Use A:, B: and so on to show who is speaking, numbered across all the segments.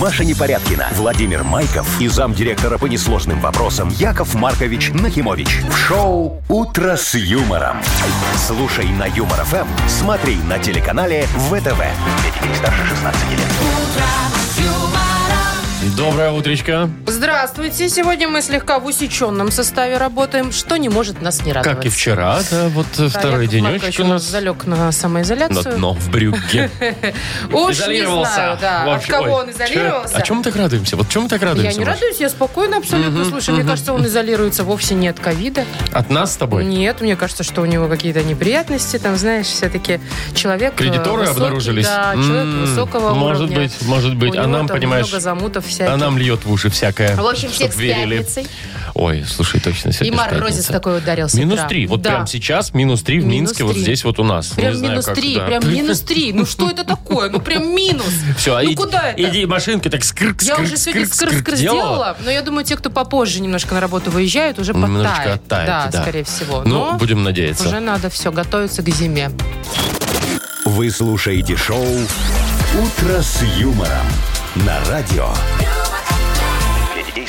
A: Маша Непорядкина, Владимир Майков и замдиректора по несложным вопросам Яков Маркович Нахимович. В шоу «Утро с юмором». Слушай на Юмор ФМ, смотри на телеканале ВТВ. Для детей старше 16 лет.
B: Доброе утречко.
C: Здравствуйте. Сегодня мы слегка в усеченном составе работаем, что не может нас не радовать.
B: Как и вчера, да, вот э,
C: Да,
B: второй
C: Яков Маркович
B: денечек у нас
C: залег на
B: на
C: самоизоляцию.
B: дно в брюгге.
C: Уж не
B: Изолировался.
C: знаю, да,
B: В
C: от
B: общем,
C: кого
B: ой,
C: он
B: чё-
C: изолировался.
B: О чем мы так радуемся? Вот чем мы так
C: Я
B: радуемся?
C: не
B: Маш?
C: радуюсь, я спокойно абсолютно. Слушай, мне кажется, он изолируется вовсе не от ковида.
B: От нас с тобой?
C: Нет, мне кажется, что у него какие-то неприятности. Там, знаешь, все-таки человек... э,
B: Кредиторы
C: высокий,
B: обнаружились?
C: Да, человек
B: М,
C: высокого
B: может
C: уровня.
B: быть, может быть.
C: У
B: А
C: него
B: нам,
C: там
B: понимаешь,
C: много замутов всяких.
B: А нам льет в уши всякое,
D: В общем, всех
B: чтоб
D: с
B: верили.
D: пятницей.
B: Ой, слушай, точно,
C: И
B: сегодня ж
C: морозец
B: пятница.
C: такой ударился.
B: Минус три. Вот прям сейчас минус три в
C: Минус
B: Минске, вот
C: три.
B: здесь вот у нас.
C: Прям минус три, прям минус три. Ну что это такое? Ну прям минус.
B: Все,
C: ну куда это?
B: Иди машинка так скрк,
C: Я
B: скрк,
C: уже сегодня
B: скрк, скрк
C: скры-скры
B: делала.
C: сделала, но я думаю, те, кто попозже немножко на работу выезжают, уже потают.
B: Немножечко оттает,
C: да,
B: да,
C: скорее всего.
B: Ну,
C: Но
B: будем надеяться.
C: уже надо все, готовиться к зиме.
A: Вы слушаете шоу «Утро с юмором» на радио. Для детей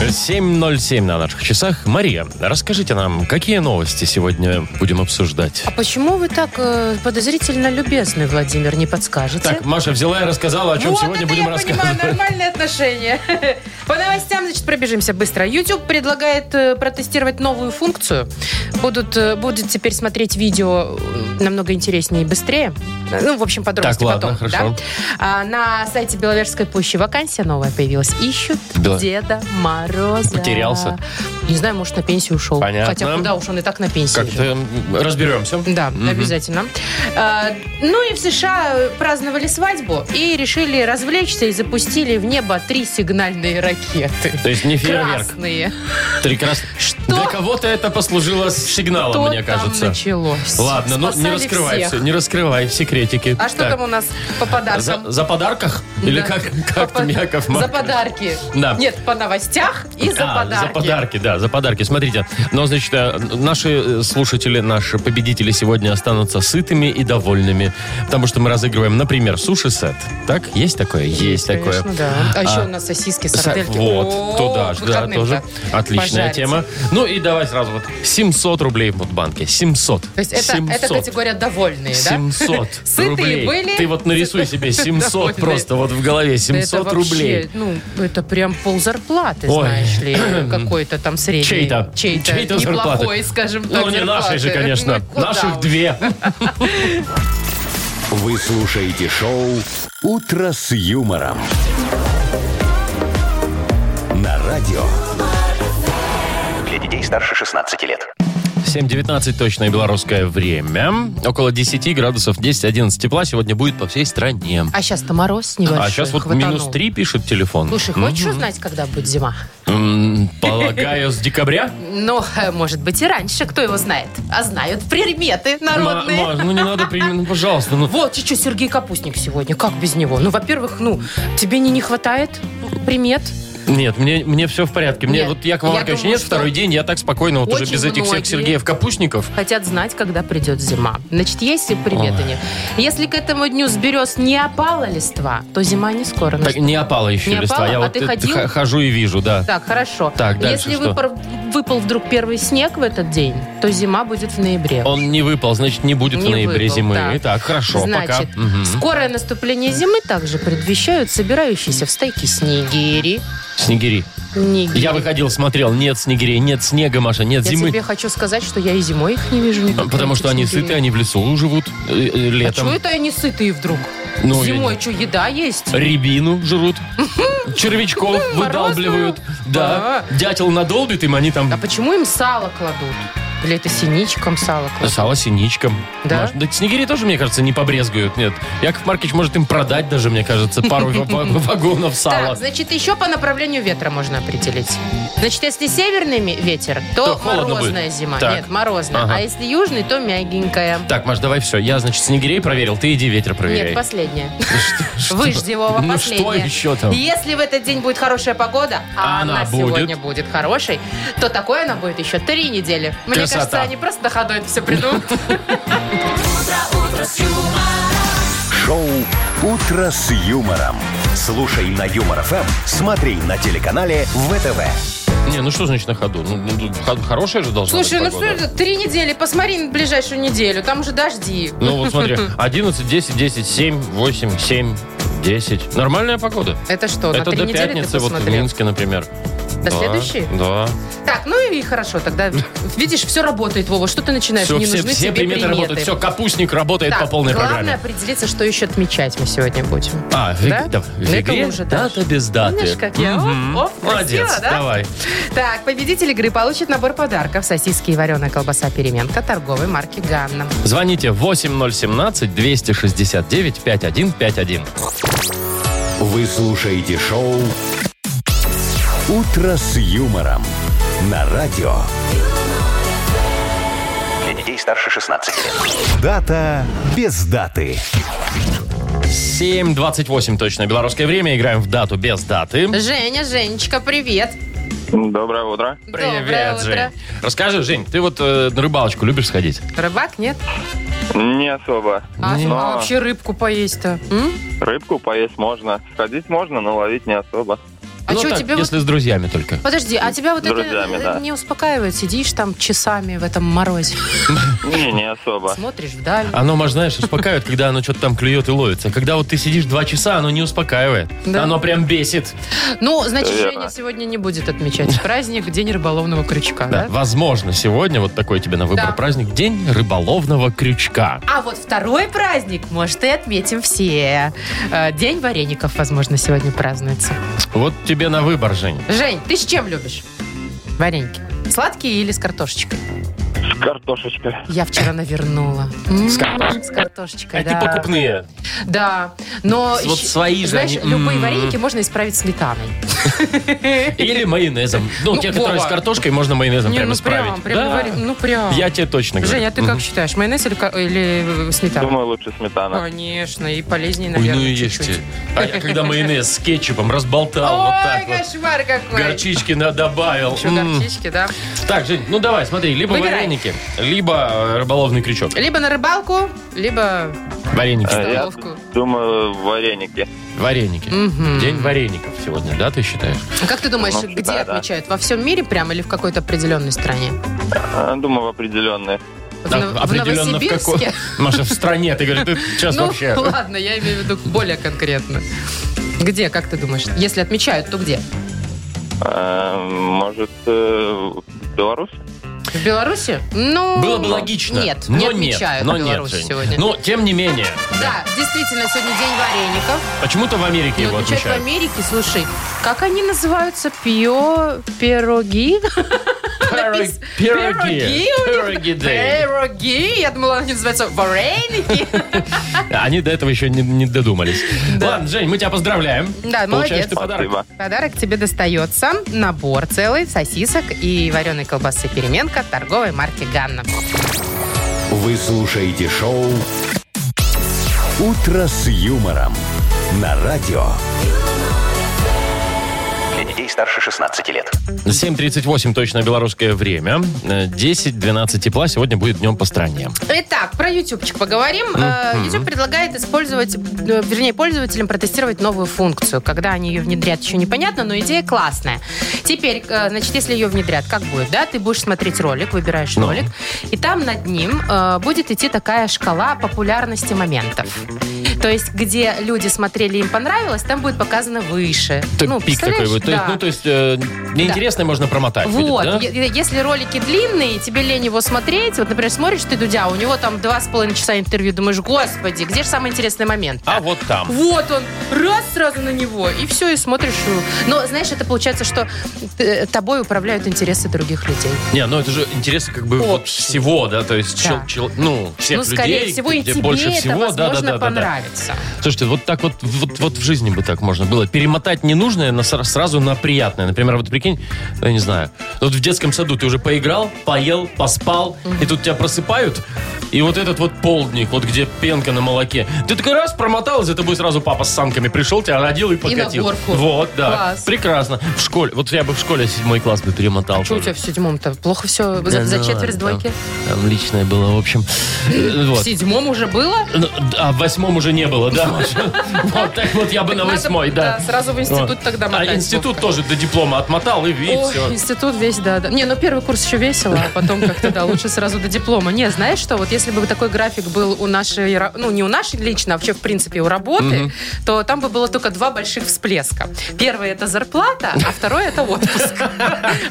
B: 7.07 на наших часах. Мария, расскажите нам, какие новости сегодня будем обсуждать?
C: А почему вы так э, подозрительно любезны, Владимир, не подскажете?
B: Так, Маша взяла и рассказала, о чем
C: вот
B: сегодня
C: это
B: будем
C: я
B: рассказывать.
C: понимаю, нормальные отношения. По новостям, значит, пробежимся быстро. YouTube предлагает э, протестировать новую функцию. Будут, э, будет теперь смотреть видео э, намного интереснее и быстрее. Э, Ну, в общем, подробности
B: Так, ладно,
C: потом.
B: хорошо.
C: да? А на сайте Беловежской пущи вакансия новая появилась. Ищут
B: Бела-
C: Деда Мороза.
B: Потерялся?
C: Не знаю, может, на пенсию ушел.
B: Понятно.
C: Хотя куда уж он и так на пенсии.
B: Как-то м, разберемся.
C: Да, обязательно. А, Ну и в США праздновали свадьбу и решили развлечься и запустили в небо три сигнальные ракеты.
B: То есть не фейерверк.
C: Красные.
B: Три крас-
C: Что?
B: Для кого-то это послужило сигналом,
C: Что
B: мне
C: там
B: кажется.
C: началось?
B: Ладно, ну не
C: Спасали
B: раскрывай
C: всех.
B: все, не раскрывай все секретики.
C: А что
B: Так,
C: там у нас по
B: За,
C: подаркам?
B: за подарках? Или
C: Да.
B: как, как
C: По
B: там,
C: под-
B: Яков
C: За
B: Маркович?
C: подарки.
B: Да.
C: Нет, по новостях и за
B: А,
C: подарки.
B: За подарки, да, за подарки. Смотрите, но, значит, э, наши э, слушатели, наши победители сегодня останутся сытыми и довольными, потому что мы разыгрываем, например, суши-сет. Так? Есть такое? Есть такое.
C: Конечно, да. А, еще
B: А,
C: у нас сосиски,
B: Са-
C: сардельки.
B: Вот,
C: О,
B: туда
C: к
B: же, да,
C: выходным-то
B: тоже. Отличная
C: пожарить.
B: тема. Ну и давай сразу вот 700 рублей в банке. 700.
C: То есть это, это
B: 700.
C: категория довольные, да?
B: 700
C: Сытые
B: рублей.
C: были?
B: Ты вот нарисуй себе 700
C: Довольные.
B: просто вот в голове.
C: Да
B: 700
C: это вообще,
B: рублей.
C: Ну, это прям пол зарплаты,
B: Ой.
C: знаешь ли, какой-то там средний.
B: Чей-то.
C: Чей-то.
B: Чей-то
C: неплохой,
B: зарплаты.
C: скажем так,
B: Ну, не
C: зарплаты.
B: нашей же, конечно.
C: Ну, куда
B: Наших
C: уж.
B: две.
A: Вы слушаете шоу «Утро с юмором». На радио. Для детей старше 16 лет.
B: 7.19 точное белорусское время. Около 10 градусов 10-11 тепла сегодня будет по всей стране.
C: А сейчас-то мороз небольшой.
B: А сейчас вот
C: хватанул.
B: минус 3 пишет телефон.
C: Слушай, хочешь узнать, когда будет зима?
B: М, Полагаю, с декабря?
C: Ну, э, может быть, и раньше, кто его знает. А знают приметы
B: Ма-
C: народные.
B: Маш, ну не надо, прим- ну, пожалуйста. ну.
C: Вот, и что, Сергей Капустник сегодня, как без него? Ну, во-первых, ну, тебе не, не хватает примет?
B: Нет, мне, мне все в порядке. Мне
C: Нет,
B: вот Яков
C: я
B: Маркович
C: думаю,
B: нет
C: что
B: второй день, я так спокойно, вот уже
C: очень
B: без этих всех
C: многие.
B: Сергеев-капустников.
C: хотят знать, когда придет зима. Значит, есть и приметы нет. Если к этому дню с берез не опала листва, то зима не скоро
B: Так,
C: наступит.
B: не опало еще
C: Не
B: листва.
C: опало?
B: Я
C: А
B: вот
C: ты
B: э,
C: ходил?
B: х- хожу и вижу, да.
C: Так, хорошо.
B: Так, дальше
C: Если
B: что?
C: выпор- выпал вдруг первый снег в этот день, то зима будет в ноябре.
B: Он не выпал, значит, не будет в
C: Не
B: ноябре
C: выпал,
B: зимы.
C: да.
B: Итак, хорошо, пока.
C: Значит,
B: Мгм.
C: скорое наступление зимы также предвещают собирающиеся в стайке снегири.
B: Снегири.
C: Нигири.
B: Я выходил, смотрел, нет снегирей, нет снега, Маша, нет
C: Я
B: зимы. А,
C: тебе хочу сказать, что я и зимой их не вижу никаких.
B: Потому что они сыты, они в лесу живут э, э,
C: А что
B: летом.
C: это они сытые вдруг?
B: Ну,
C: Зимой что, еда есть?
B: Рябину жрут, червячков выдалбливают. Да, дятел надолбит им, они
C: А
B: там
C: почему им сало кладут? Или это синичкам сало кладут?
B: сало синичком.
C: Да?
B: Маш, снегири тоже, мне кажется, не побрезгуют, нет. Яков Маркич может им продать даже, мне кажется, пару ва- ва- вагонов сала.
C: Так, значит, еще по направлению ветра можно определить. Значит, если северный ми- ветер, то,
B: То холодно
C: морозная
B: будет.
C: зима.
B: Так.
C: Нет, морозная.
B: Ага.
C: А если южный, то мягенькая.
B: Так, Маш, давай все. Я, значит, снегирей проверил, ты иди ветер
C: Нет,
B: проверяй.
C: последняя. Выждевого
B: Ну,
C: последняя.
B: что еще там?
C: Если в этот день будет хорошая погода, а
B: Она
C: она,
B: будет.
C: сегодня будет хорошей, то такое она будет еще три недели. Мне
B: Красота.
C: кажется, они просто на ходу это все придумают.
D: Утро, утро
A: Шоу «Утро с юмором». Слушай на Юмор ФМ, смотри на телеканале ВТВ.
B: Не, ну что значит на ходу? Ну, ну, хо- хорошая же должна
C: Слушай, ну
B: быть
C: что
B: погода.
C: это, три недели, посмотри на ближайшую неделю, там уже дожди.
B: Ну вот смотри, 11, 10, 10, 7, 8, 7, 10. Нормальная погода.
C: Это что, на
B: Это
C: а три
B: до
C: недели
B: пятницы
C: ты
B: вот в
C: посмотрел?
B: Минске, например. Да,
C: До следующей?
B: Да.
C: Так, ну и хорошо, тогда, видишь, все работает, Вова, что ты начинаешь?
B: Все,
C: Не
B: все,
C: нужны
B: все
C: тебе
B: приметы, работают. Все, капустник работает
C: Так,
B: по полной
C: главное
B: программе.
C: определиться, что еще отмечать мы сегодня будем.
B: А, в,
C: Да? Ну,
B: иг- да, в
C: Это
B: игре
C: уже дальше.
B: дата без даты.
C: Видишь, как я? Оп,
B: Мгм.
C: оп, красиво,
B: Молодец,
C: да?
B: давай.
C: Так, победитель игры получит набор подарков. Сосиски и вареная колбаса «Переменка» торговой марки «Ганна».
B: Звоните 8017-269-5151.
A: Вы слушаете шоу «Утро с юмором» на радио.
D: Для детей старше 16 лет.
A: Дата без даты.
B: 7.28 точно белорусское время. Играем в дату без даты.
C: Женя, Женечка, привет.
E: Доброе утро.
C: Доброе утро.
B: Жень. Расскажи, Жень, ты вот э, на рыбалочку любишь сходить?
C: Рыбак, нет?
E: Не особо.
C: А,
B: Не.
C: а
E: А.
C: вообще рыбку поесть-то? м?
E: Рыбку поесть можно. Сходить можно, но ловить не особо.
C: А
B: ну
C: что
B: так,
C: тебе вот...
B: если с друзьями только.
C: Подожди, а тебя вот
E: С друзьями,
C: это э,
E: да.
C: не успокаивает? Сидишь там часами в этом морозе,
E: Не, не особо.
C: смотришь вдаль.
B: Оно, может, знаешь, успокаивает, когда оно что-то там клюет и ловится. Когда вот ты сидишь два часа, оно не успокаивает.
C: Да.
B: Оно прям бесит.
C: Ну, значит,
E: Верно.
C: Женя сегодня не будет отмечать праздник День рыболовного крючка,
B: Да,
C: да?
B: Возможно, сегодня вот такой тебе на выбор
C: Да.
B: праздник. День рыболовного крючка.
C: А вот второй праздник, может, и отметим все. Э, День вареников, возможно, сегодня празднуется.
B: Вот тебе на выбор, Жень.
C: Жень, ты с чем любишь вареники? Сладкие или с картошечкой?
E: С картошечкой.
C: Я вчера навернула. М, С
B: картошечкой?
C: картошечкой,
B: Эти
C: да.
B: А покупные.
C: Да. Но
B: Вот
C: щ-
B: свои же
C: Знаешь,
B: они, М-м-м.
C: любые
B: м.
C: вареники можно исправить сметаной.
B: Или майонезом. Ну,
C: Ну,
B: те, которые
C: Вова.
B: с картошкой, можно майонезом
C: Не,
B: прям
C: ну
B: исправить.
C: прям, прям
B: Да.
C: варен- ну прям.
B: Я тебе точно говорю.
C: Жень, а ты
B: Мгм.
C: как считаешь, майонез или, ка- или э, сметана?
E: Думаю, лучше сметана.
C: Конечно, и полезнее,
B: Ой,
C: наверное,
B: ну и
C: чуть-чуть.
B: ешьте. А я когда майонез с кетчупом разболтал вот
C: Ой,
B: так вот.
C: кошмар какой.
B: Горчички на добавил.
C: Еще
B: М.
C: горчички, да.
B: Так, Жень, ну давай, смотри, либо
C: Выбирай.
B: вареники, либо э, рыболовный крючок.
C: Либо на рыбалку, либо
B: Вареники.
F: А,
E: Э, Я
C: Столовку.
E: думаю, вареники.
B: Вареники.
C: Мгм.
B: День вареников сегодня, да, ты считаешь?
C: А Как ты думаешь,
E: Ну,
C: где
E: да, да.
C: отмечают? Во всем мире прям или в какой-то определенной стране?
E: Э, Думаю, в определенные.
C: В,
B: Да,
C: Нов- в
B: определенно в какой.
C: Новосибирске?
B: Маша, в стране, ты говоришь, ты сейчас
C: Ну,
B: вообще...
C: ладно, я имею в виду более конкретно. Где, как ты думаешь? Если отмечают, то где?
E: Э, Может, э, Беларусь?
C: В Беларуси? Ну,
B: Было бы логично.
C: Нет,
B: но
C: не отмечают
B: но
C: в Беларуси
B: нет, Жень. Ну,
C: сегодня.
B: Но, тем не менее,
C: да, действительно, сегодня день вареников.
B: почему-то в Америке
C: Но
B: его
C: отмечают в
B: отмечают.
C: Америке, слушай, как они называются? Пио, пироги?
B: Пироги. Пироги.
C: Пироги у них.
B: Пироги day.
C: Пироги? Я думала, они называются вареники.
B: Они до этого еще не, не додумались. Ладно, Жень, мы тебя поздравляем.
C: Да,
B: Получаешь
C: молодец.
B: ты подарок.
E: Спасибо.
C: Подарок тебе достается. Набор целый сосисок и вареной колбасы «Переменка» торговой марки «Ганна».
A: Вы слушаете шоу «Утро с юмором» на радио.
D: Для детей старше 16 лет.
B: 7.38 точно белорусское время. Э, 10-12 тепла сегодня будет днем по стране.
C: Итак, про ютубчик поговорим. Э, YouTube предлагает использовать, э, вернее, пользователям протестировать новую функцию. Когда они ее внедрят, еще непонятно, но идея классная. Теперь, э, значит, если ее внедрят, как будет, да? Ты будешь смотреть ролик, выбираешь
B: Ну.
C: ролик, и там над ним э, будет идти такая шкала популярности моментов. То есть, где люди смотрели, им понравилось, там будет показано выше. Ну,
B: Так, пик такой
C: представляешь?
B: вот. То есть,
C: Да.
B: Ну, то есть, э, неинтересное можно промотать. будет,
C: Вот,
B: да?
C: е- е- если ролики длинные, тебе лень его смотреть, вот, например, смотришь ты Дудя, у него там два с половиной часа интервью, думаешь, господи, где же самый интересный момент?
B: А вот там.
C: Вот он, раз сразу на него, и все, и смотришь. э, Но, знаешь, это получается, что э, тобой управляют интересы других людей.
B: Не, ну это же интересно как бы вот
C: Общий.
B: всего, да, то есть
C: Да.
B: чел- чел- ну, всех
C: ну,
B: людей,
C: скорее всего, и
B: где
C: тебе
B: больше
C: это,
B: всего, да, да,
C: возможно,
B: да, да, да.
C: понравится.
B: Слушайте, вот так вот, вот, вот в жизни бы так можно было. Перемотать ненужное на, сра- сразу на приятное. Например, вот прикинь, ну, я не знаю, вот в детском саду ты уже поиграл, поел, поспал, и тут тебя просыпают, И вот этот вот полдник, вот где пенка на молоке. Ты такой раз промотал, и за тобой сразу папа с санками пришел, тебя родил и покатил.
C: горку.
B: Вот, да.
C: Класс.
B: Прекрасно. В школе. Вот я бы в школе седьмой класс бы перемотал.
C: Что у тебя в седьмом-то? Плохо все? За, за
B: Да,
C: четверть
B: ну ладно,
C: двойки?
B: Там, там личное было, в общем. Э,
C: В
B: Вот.
C: седьмом уже было?
B: Ну, А в восьмом уже не было, да? Вот так вот я бы на
C: Надо,
B: восьмой, да.
C: сразу в институт
B: Вот.
C: тогда
B: А
C: мотать.
B: институт тоже до диплома отмотал и
C: Ой,
B: все.
C: институт весь, да, да. Не, ну первый курс еще весело, а потом как-то, да, лучше сразу до диплома. Не, знаешь что, вот если бы такой график был у нашей, ра- ну не у нашей лично, а вообще в принципе у работы, то там бы было только два больших всплеска. Первый это зарплата, а второй это отпуск.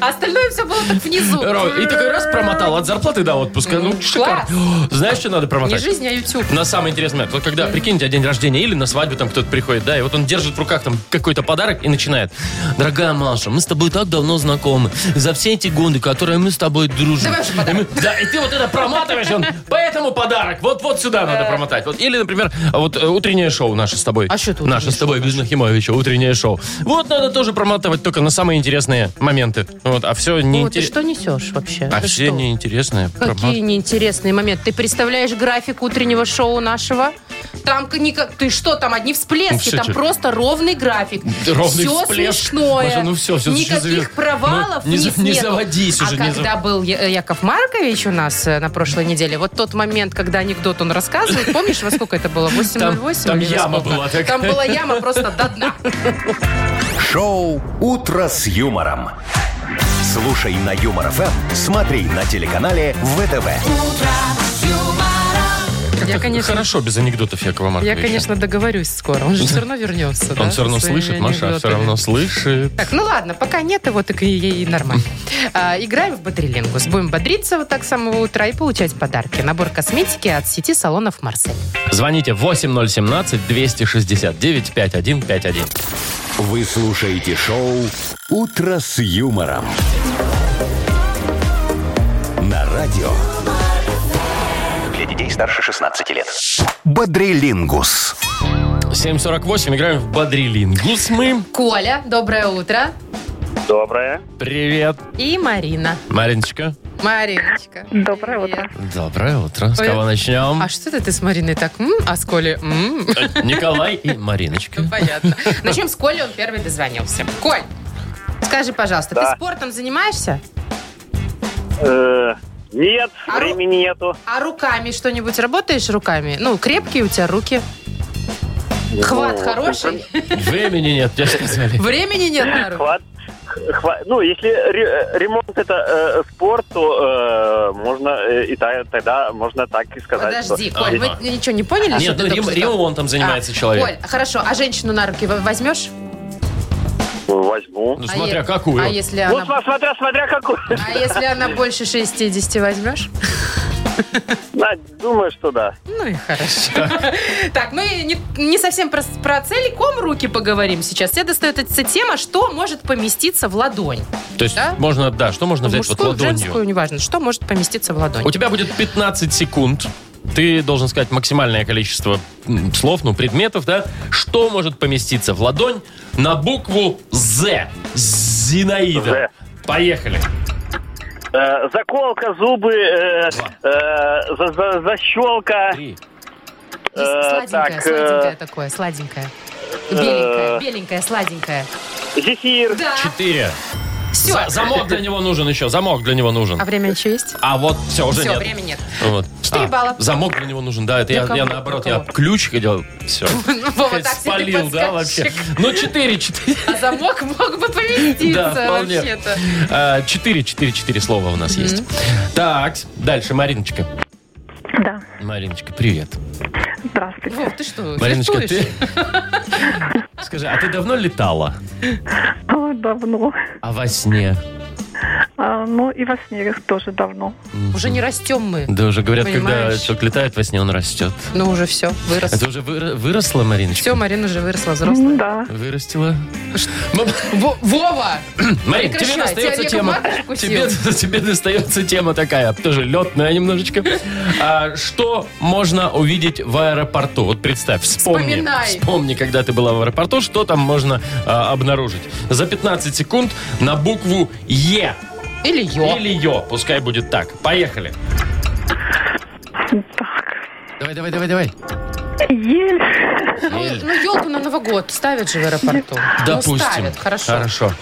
C: А остальное все было так внизу.
B: Ро- И такой раз промотал от зарплаты до отпуска. Ну,
C: Класс.
B: шикарно. О, Знаешь, что надо промотать?
C: Не жизнь, а YouTube.
B: На самый интересный момент. Вот когда, прикиньте, день рождения или на свадьбу там кто-то приходит, да, и вот он держит в руках там какой-то подарок и начинает. Дорогая Маша, мы с тобой так давно знакомы. За все эти годы, которые мы с тобой дружим.
C: Давай уже подарок.
B: И мы- да, и ты вот это проматываешь, и он, поэтому подарок. Вот, вот сюда надо промотать. Вот. Или, например, вот э, утреннее шоу наше с тобой.
C: А что это
B: Наше
C: утреннее
B: с тобой, без Нахимовича, утреннее шоу. Вот надо тоже проматывать только на самые интересные моменты. Вот, а все
C: О, ты
B: неинтересно.
C: что несешь вообще?
B: А
C: Ты
B: все
C: что?
B: неинтересные.
C: Какие
B: промат-
C: неинтересные моменты. Ты представляешь график утреннего шоу нашего? Там к- никак... Ты что, там одни
B: Ну,
C: всплески,
B: всё
C: там
B: тебе.
C: просто ровный график.
B: Ровный
C: все
B: всплеск.
C: смешное.
B: Маша, ну всё, всё,
C: Никаких
B: завер-
C: провалов
B: Ну, не за-
C: вниз
B: не
C: нету.
B: заводись уже,
C: А
B: не за-
C: когда был Я- э, Яков Маркович у нас э, на прошлой неделе, вот тот момент, когда анекдот он рассказывает, помнишь, во сколько это было? 8.08?
B: там
C: или во
B: яма
C: сколько?
B: была такая.
C: Там была яма просто до дна.
A: Шоу «Утро с юмором». Слушай на Юмор ФМ, смотри на телеканале ВТВ.
B: Как-то
C: Я, конечно,
B: Хорошо без анекдотов Якова
C: Я,
B: Марковича.
C: конечно, договорюсь скоро. Он же все равно вернется.
B: Он
C: да,
B: все равно
C: со своими
B: слышит, Маша все
C: анекдотами.
B: равно слышит.
C: Так, ну ладно, пока нет его, так и, и нормально. А, играем в бодрилингус. Будем бодриться вот так с самого утра и получать подарки. Набор косметики от сети салонов Марсель.
B: Звоните 8017-269-5151.
A: Вы слушаете шоу «Утро с юмором». На радио
D: Для детей старше 16 лет.
A: «Бодрилингус».
B: 748, играем в Бодрилингус мы.
C: Коля, доброе утро.
E: Доброе.
B: Привет,
C: И Марина.
B: Мариночка.
C: Мариночка.
G: Доброе
C: привет.
B: Доброе утро. С
C: Ой.
B: кого начнем? Э,
C: А что это ты с Мариной так? м, а с Колей? м?
B: Николай и Мариночка.
C: Ну, понятно. Начнем с Коли, он первый дозвонился. Коль, скажи, пожалуйста,
E: Да.
C: ты спортом занимаешься?
E: Э, Нет,
C: Алло.
E: времени нету.
C: А руками что-нибудь работаешь руками? Ну, крепкие у тебя руки. Хват
E: Ну,
C: хороший.
B: Времени нет, тебе сказали.
C: Времени нет на руки.
E: Хват. хва- Ну, если ре- ремонт это э, спорт, то э, можно э, и та- тогда можно так и сказать. что-
C: Подожди, Коль,
B: Ага.
C: мы ничего не поняли? что
B: Нет,
C: ты
B: ну
C: только
B: Рим-
C: что-
B: Рима вон там занимается
C: А,
B: человек.
C: Коль, хорошо, а женщину на руки в- возьмешь?
E: Возьму.
B: Ну,
C: А
B: смотря
C: е-
B: какую.
C: А если
E: Ну,
C: она...
E: сма- смотря, смотря какую.
C: А если она больше 60 возьмешь?
E: Да, думаю, что да.
C: Ну и хорошо. Так, мы не, не совсем про, про целиком руки поговорим сейчас. Тебе достается тема, что может поместиться в ладонь.
B: То есть
C: да?
B: можно, да, что можно
C: В
B: Ну, взять вот
C: мужскую, в
B: ладонью?
C: женскую, неважно. Что может поместиться в ладонь?
B: У тебя будет 15 секунд. Ты должен сказать максимальное количество м, слов, ну, предметов, да? Что может поместиться в ладонь на букву «З». Зинаида.
E: «З».
B: Поехали.
E: Э, заколка, зубы, э, э, за- за- защелка.
B: Три.
C: Здесь
E: э,
C: сладенькое,
E: так, э,
C: сладенькое такое, сладенькое. Беленькое, беленькое, сладенькое.
E: Зефир.
C: Да,
B: Четыре.
C: все.
B: За- замок для него нужен еще. Замок для него нужен.
C: А время еще есть?
B: А вот все, уже
C: Все,
B: нет.
C: времени нет.
B: Вот. А,
C: Четыре балла.
B: Замок для него нужен, да. Это я,
C: Для
B: я
C: кого?
B: наоборот,
C: Для
B: я
C: кого?
B: ключ хотел. Все.
C: Ну, Вова, так себе ты
B: Спалил, да, вообще.
C: подсказчик.
B: Ну, четыре, четыре.
C: А замок мог бы поместиться
B: Да, вполне.
C: вообще-то.
B: А, Четыре, четыре, четыре слова у нас есть. Так, дальше, Мариночка.
G: Да,
B: Мариночка, привет.
G: здравствуйте.
C: Вов, ты что,
B: Мариночка,
C: флиртуешь?
B: ты... Скажи, а ты давно летала?
G: Ой, давно.
B: А во сне?
G: А, ну и во сне тоже давно.
C: Уже не растем мы.
B: Да уже говорят, когда
C: Понимаешь?
B: человек летает во сне, он растет.
C: Ну, уже все, вырос.
B: Это уже выра- выросла, Мариночка?
C: Все, Марина уже выросла взрослая.
G: М, Да.
B: Вырастила. Ну,
C: Во- Вова!
B: Марин, тебе
C: Прекращай,
B: достается
C: тебя
B: тема.
C: Яков Маркович укусил.
B: Тебе, тебе достается тема такая, тоже летная немножечко. А, что можно увидеть в аэропорту? Вот представь, вспомни.
C: Вспоминай.
B: Вспомни, когда ты была в аэропорту, что там можно а, обнаружить. За 15 секунд на букву Е.
C: Или ё.
B: Или Ё. Пускай будет так. Поехали.
G: Так.
B: Давай, давай, давай, давай.
G: Ель.
B: Ель.
C: Ну, елку на Новый год ставят же в аэропорту. Ну,
B: Допустим.
C: ставят, хорошо.
B: Хорошо.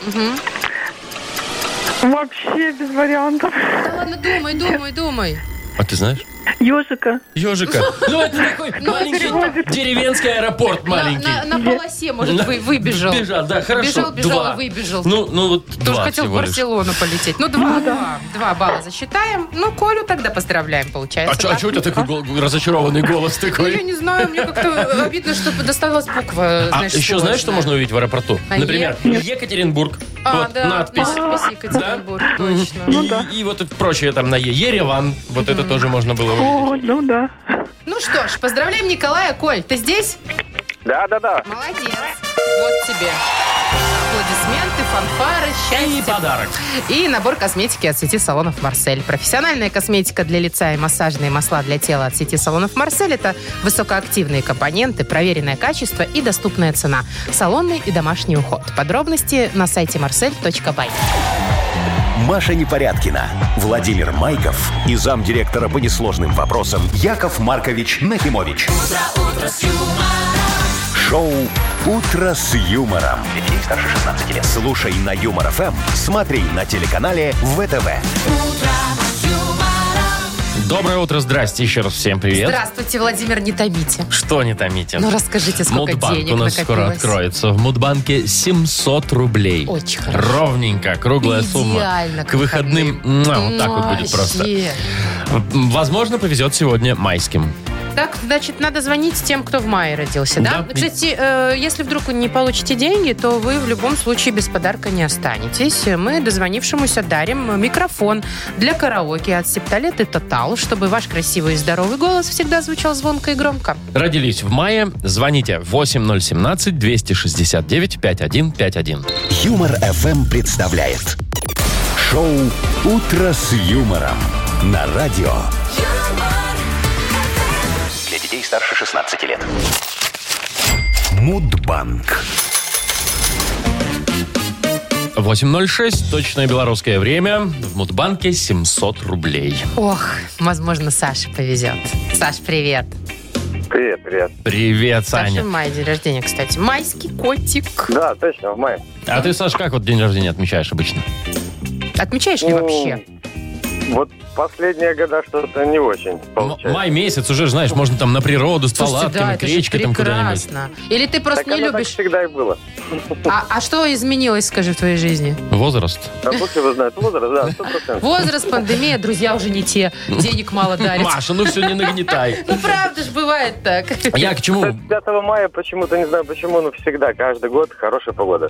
G: Вообще без вариантов.
C: Да ладно, думай, думай, думай.
B: А ты знаешь?
G: Ежика.
B: Ежика. Ну, это такой
C: Ну,
B: маленький
G: перевозит.
B: деревенский аэропорт
C: На,
B: маленький.
C: на- на полосе, может, вы, выбежал.
B: Бежал, да, хорошо.
C: Бежал, бежал,
B: Два.
C: а выбежал.
B: Ну, ну вот
C: Тоже
B: два
C: хотел в
B: всего лишь.
C: Барселону полететь. Ну, два, два, два балла засчитаем. Ну, Колю тогда поздравляем, получается.
B: А чё, а
C: так?
B: чё у тебя такой гол- разочарованный голос
C: Ну, я
B: такой?
C: не знаю, мне как-то обидно, что досталась буква,
B: А
C: знаешь,
B: еще знаешь, что
C: сложная.
B: можно увидеть в аэропорту?
C: А
B: Например, Екатеринбург.
C: А,
B: Вот,
C: да,
B: надпись.
C: надпись Екатеринбург, точно.
B: И,
G: да.
B: и вот это прочее там на Е. Ереван. Вот это тоже можно было увидеть.
G: О, ну да.
C: Ну что ж, поздравляем Николая. Коль, ты здесь?
E: Да, да, да.
C: Молодец. Вот тебе. Аплодисменты, фанфары,
B: И
C: счастье.
B: подарок.
C: И набор косметики от сети салонов «Марсель». Профессиональная косметика для лица и массажные масла для тела от сети салонов «Марсель» – это высокоактивные компоненты, проверенное качество и доступная цена. Салонный и домашний уход. Подробности на сайте marsel.by.
A: Маша Непорядкина, Владимир Майков и замдиректора по несложным вопросам Яков Маркович Нахимович. Шоу Утро с юмором.
D: Для детей старше 16 лет.
A: Слушай на юмор ФМ, смотри на телеканале ВТВ.
B: Доброе утро, здрасте. Еще раз всем привет.
C: Здравствуйте, Владимир, не томите.
B: Что не томите?
C: Ну, расскажите, сколько
B: Мудбанк
C: денег
B: у нас скоро
C: накопилось.
B: откроется. В Мудбанке 700 рублей.
C: Очень хорошо.
B: Ровненько, круглая сумма.
C: Идеально
B: К выходным, муа, вот так вот будет просто.
C: Вообще.
B: М, Возможно, повезет сегодня майским.
C: Так, значит, надо звонить тем, кто в мае родился, да?
B: Да.
C: Кстати, э, если вдруг не получите деньги, то вы в любом случае без подарка не останетесь. Мы дозвонившемуся дарим микрофон для караоке от Септолет и Тотал, чтобы ваш красивый и здоровый голос всегда звучал звонко и громко.
B: Родились в мае. Звоните 8017-269-5151.
A: Юмор ФМ представляет шоу Утро с юмором на радио.
D: Для детей старше 16 лет.
A: Мудбанк.
B: 8.06, точное белорусское время. В Мудбанке 700 рублей.
C: Ох, возможно, Саше повезет. Саш, привет.
E: Привет, привет.
B: Привет,
C: Саша,
B: Саня.
C: май день рождения, кстати. Майский котик.
E: Да, точно, в мае.
B: А ты, Саш, как вот день рождения отмечаешь обычно?
C: Отмечаешь ли
E: Ну,
C: вообще?
E: Вот последние года что-то не очень
B: М-
E: получается.
B: Май месяц уже, знаешь, можно там на природу с
C: Слушайте, да,
B: палатками, к
C: это же
B: речке там куда-нибудь.
C: прекрасно. Или ты просто
E: Так
C: не
E: оно так
C: любишь?
E: всегда и было.
C: А, а что изменилось, скажи, в твоей жизни?
B: Возраст.
E: Да, Бог его знает. Возраст, да, сто процентов.
C: Возраст, пандемия, друзья уже не те, денег мало дарят.
B: Маша, ну все, не нагнетай.
C: Ну правда ж бывает так.
B: Я к чему?
E: 5 мая почему-то, не знаю почему, но всегда, каждый год хорошая погода.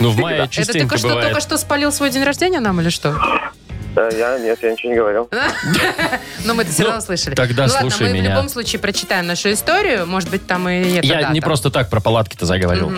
B: Ну, в мае
C: Это ты
B: частенько
C: только что,
B: бывает.
C: только что спалил свой день рождения нам или что?
E: Да, я, нет, я ничего не говорил.
C: Но мы это все
B: Ну,
C: равно слышали.
B: тогда
C: ну, ладно,
B: слушай
C: мы
B: меня.
C: в любом случае прочитаем нашу историю. Может быть, там и это
B: Я
C: дата.
B: не просто так про палатки-то заговорил.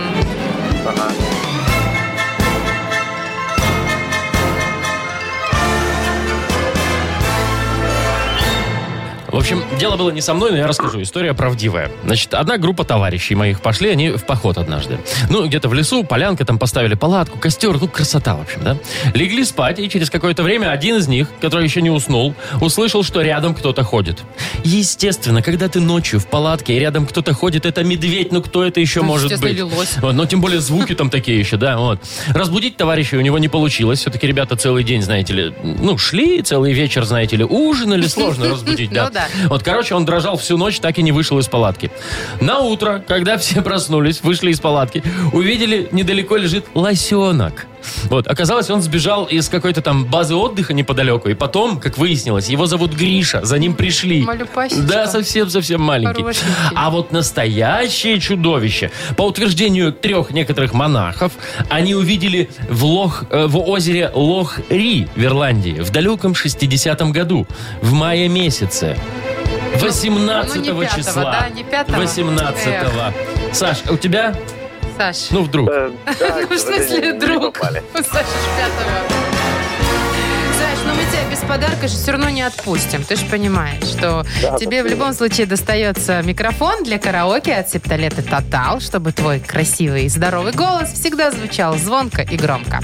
B: В общем, дело было не со мной, но я расскажу. История правдивая. Значит, одна группа товарищей моих пошли, они в поход однажды. Ну, где-то в лесу, полянка, там поставили палатку, костер, ну, красота, в общем, да. Легли спать, и через какое-то время один из них, который еще не уснул, услышал, что рядом кто-то ходит. Естественно, когда ты ночью в палатке, и рядом кто-то ходит, это медведь, ну, кто это еще
C: Ну,
B: может
C: естественно,
B: быть?
C: лилось.
B: Вот, но тем более звуки там такие еще, да, вот. Разбудить товарища у него не получилось. Все-таки ребята целый день, знаете ли, ну, шли, целый вечер, знаете ли, ужинали, сложно разбудить, да.
C: Ну да.
B: Вот, короче, он дрожал всю ночь, так и не вышел из палатки. На утро, когда все проснулись, вышли из палатки, увидели, недалеко лежит лосенок. Вот, оказалось, он сбежал из какой-то там базы отдыха неподалеку, и потом, как выяснилось, его зовут Гриша, за ним пришли.
C: Малюпасечка.
B: Да, совсем-совсем маленький.
C: Хорошенький.
B: А вот настоящее чудовище, по утверждению трех некоторых монахов, они увидели в, лох, э, в озере Лох-Ри в Ирландии в далеком 60-м году, в мае месяце. 18
C: ну, не пятого,
B: числа.
C: да, не пятого.
B: 18 Саш, а у тебя?
C: Саш.
B: Ну, вдруг.
E: Э, да,
C: Ну,
E: к
C: в смысле,
E: сожалению, не
C: друг?
E: попали.
C: Саша ж пятого. Саш, ну мы тебя без подарка же все равно не отпустим. Ты же понимаешь, что
E: Да,
C: тебе в любом случае достается микрофон для караоке от септолета Тотал, чтобы твой красивый и здоровый голос всегда звучал звонко и громко.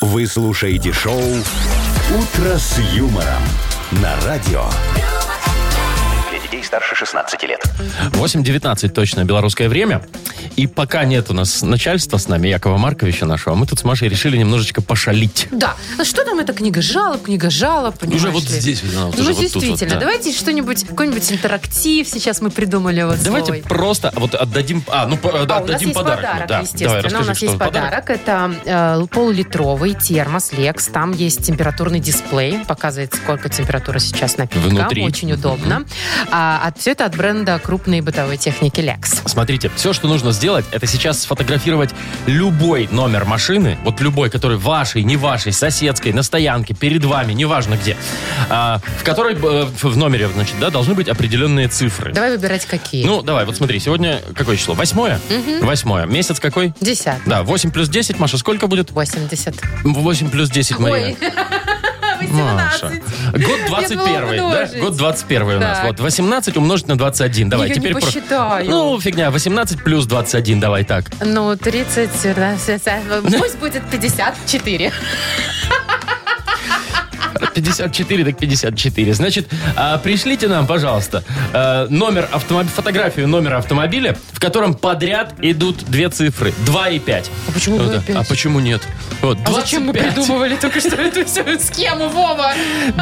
A: Вы слушаете шоу Утро с юмором на радио.
D: детей старше 16 лет.
B: 8.19 точно белорусское время. И пока нет у нас начальства с нами, Якова Марковича нашего, мы тут с Машей решили немножечко пошалить.
C: Да. А что там эта книга жалоб, книга жалоб, понимаешь
B: Уже вот
C: ли?
B: здесь, вот она вот
C: Ну,
B: уже вот тут вот,
C: действительно.
B: да.
C: Давайте что-нибудь, какой-нибудь интерактив сейчас мы придумали вот с
B: Давайте
C: Вовой.
B: просто вот отдадим... А, ну, по-
C: А, у нас
B: отдадим
C: есть
B: подарок.
C: подарок,
B: ну, да.
C: естественно.
B: Давай,
C: у
B: расскажи,
C: нас
B: что
C: есть
B: за подарок.
C: подарок. Это э, полулитровый термос Lex. Там есть температурный дисплей. Показывает, сколько температура сейчас напитка.
B: Внутри.
C: Очень удобно. А, от- все это от бренда крупной бытовой техники Lex.
B: Смотрите, все, что нужно сделать, это сейчас сфотографировать любой номер машины, вот любой, который вашей, не вашей, соседской, на стоянке, перед вами, неважно где, а, в которой, э, в номере, значит, да, должны быть определенные цифры.
C: Давай выбирать какие.
B: Ну, давай, вот смотри, сегодня какое число? Восьмое? Восьмое. Месяц какой?
C: Десятый.
B: Да, 8 плюс 10, Маша, сколько будет?
C: 80.
B: 8 плюс 10, Мария.
C: Ой,
B: Маша.
C: 18.
B: Год
C: Я
B: 21,
C: думала
B: да?
C: умножить.
B: Год 21 у нас.
C: Так.
B: Вот 18 умножить на 21. Давай,
C: Я не
B: теперь про-
C: посчитаю.
B: Ну, фигня, 18 плюс 21, давай так.
C: Ну, 30, да, с- с- пусть будет 54.
B: 54, так 54. Значит, а, пришлите нам, пожалуйста, э, номер автомоб- фотографию номера автомобиля, в котором подряд идут две цифры. 2 и 5.
C: А почему
B: Вот,
C: два и пять?
B: А почему нет? Вот,
C: А зачем мы
B: 25.
C: придумывали только что эту всю схему, Вова?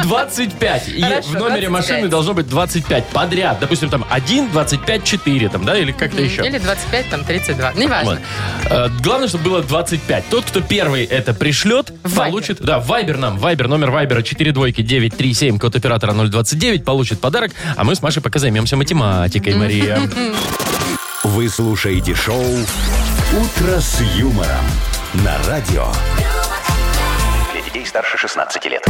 B: 25. И
C: Хорошо,
B: в номере
C: 25.
B: машины должно быть 25 подряд. Допустим, там 1, 25, 4, там, да, или как-то еще.
C: Или 25, там 32. Неважно.
B: Вот. Э, Главное, чтобы было 25. Тот, кто первый это пришлет,
C: Вайбер.
B: получит... Да, Вайбер нам. Вайбер, номер Вайбера 4 двойки 937, код оператора 029, получит подарок. А мы с Машей пока займемся математикой, Мария.
A: Вы слушаете шоу «Утро с юмором» на радио.
D: Для детей старше 16 лет.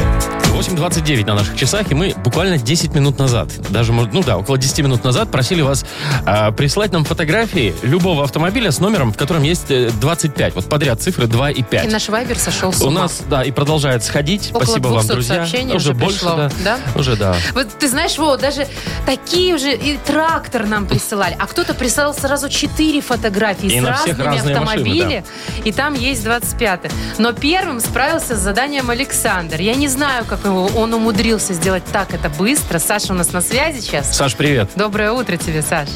B: 8.29 на наших часах, и мы буквально 10 минут назад, даже, может, ну да, около 10 минут назад просили вас э, прислать нам фотографии любого автомобиля с номером, в котором есть э, 25. Вот подряд цифры 2 и 5.
C: И наш вайбер сошел с
B: У
C: ума.
B: нас, да, и продолжает сходить.
C: Около
B: Спасибо вам,
C: 200
B: друзья.
C: сообщений уже пришло, да?
B: Уже, да.
C: Вот ты знаешь, Вова, даже такие уже и трактор нам присылали. А кто-то присылал сразу 4 фотографии
B: И
C: с
B: на всех
C: разными
B: разные
C: автомобилями. И там есть 25 Но первым справился с заданием Александр. Я не знаю, как его, он умудрился сделать так это быстро. Саша у нас на связи сейчас.
B: Саш, привет.
C: Доброе утро тебе, Саш.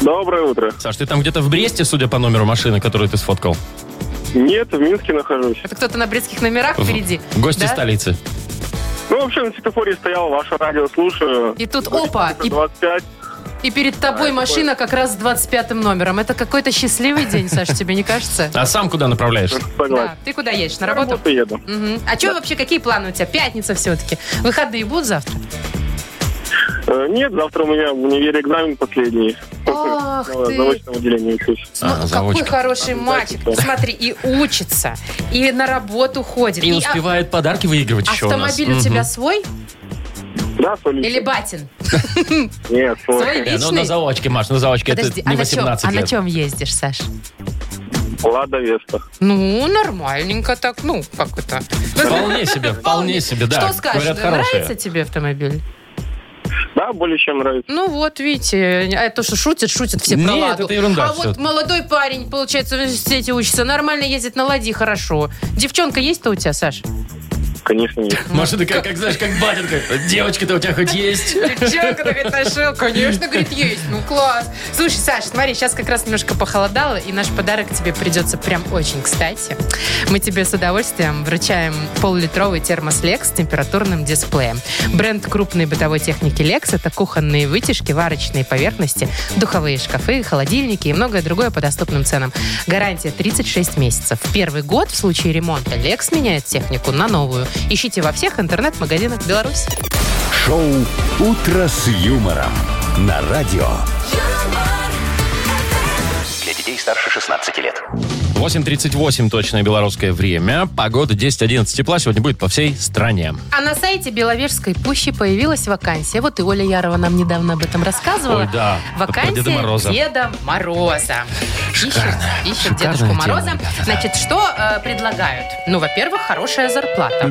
E: Доброе утро.
B: Саш, ты там где-то в Бресте, судя по номеру машины, которую ты сфоткал.
E: Нет, в Минске нахожусь.
C: Это кто-то на бритских номерах
B: В-
C: впереди.
B: Гости
C: да?
B: столицы.
E: Ну, вообще, на светофоре стоял, ваше радио слушаю.
C: И тут опа, и,
E: 25.
C: и перед тобой машина как раз с 25 номером. Это какой-то счастливый день, Саш, тебе не кажется?
B: А сам куда направляешься?
E: Согласен.
C: Да, ты куда едешь? На
E: На
C: работу?
E: работу еду.
C: Мгм. А что вообще, какие планы у тебя? Пятница все-таки. Выходные будут завтра?
E: Э, Нет, завтра у меня в универе экзамен последний.
C: Ах
E: На
C: ты.
E: заочном отделении учусь.
B: А,
C: См- Ну, какой
B: заочка.
C: хороший мальчик. Смотри, и учится, и на работу ходит.
B: И
C: а-
B: успевает подарки выигрывать еще у нас.
C: Автомобиль у
B: Мгм.
C: тебя свой
E: Да, Соли?
C: или батин?
E: Нет, Соли.
C: Свой
B: Не, ну на
C: личный?
B: заочке, Маш, на заочке это
C: Подожди, а
B: не
C: на чем?
B: 18
C: А на
B: лет.
C: чем ездишь, Саш?
E: Лада Веста.
C: Ну, нормальненько так, ну, как это?
B: Вполне себе, вполне себе, да.
C: Что скажешь?
B: Говорят,
C: нравится
B: хорошие.
C: тебе автомобиль?
E: Да, более чем нравится.
C: Ну вот, видите, а это что, шутят, шутят все про
B: Нет,
C: ладу.
B: это ерунда
C: а
B: всё.
C: вот молодой парень, получается, в университете учится, нормально ездит на ладе, хорошо. Девчонка есть-то у тебя, Саш?
E: Конечно, нет.
B: Маша, ты как, как знаешь, как батенка. Девочка-то у тебя хоть есть?
C: Девчонка, так нашел. Конечно, говорит, есть. Ну, класс. Слушай, Саш, смотри, сейчас как раз немножко похолодало, и наш подарок тебе придется прям очень кстати. Мы тебе с удовольствием вручаем полулитровый термос Lex с температурным дисплеем. Бренд крупной бытовой техники Lex – это кухонные вытяжки, варочные поверхности, духовые шкафы, холодильники и многое другое по доступным ценам. Гарантия 36 месяцев. В Первый год в случае ремонта Lex меняет технику на новую. Ищите во всех интернет-магазинах Беларуси.
A: Шоу «Утро с юмором» на радио.
D: Для детей старше 16 лет.
B: 8.38 точное белорусское время. Погода 10-11 тепла сегодня будет по всей стране.
C: А на сайте Беловежской пущи появилась вакансия. Вот и Оля Ярова нам недавно об этом рассказывала.
B: Ой, да.
C: Вакансия
B: Про Деда Мороза.
C: Деда Мороза.
B: Шикарно.
C: Ищут, ищут
B: Шикарная
C: Дедушку
B: тема,
C: Мороза.
B: ребята.
C: Значит, что э, предлагают? Ну, во-первых, хорошая зарплата.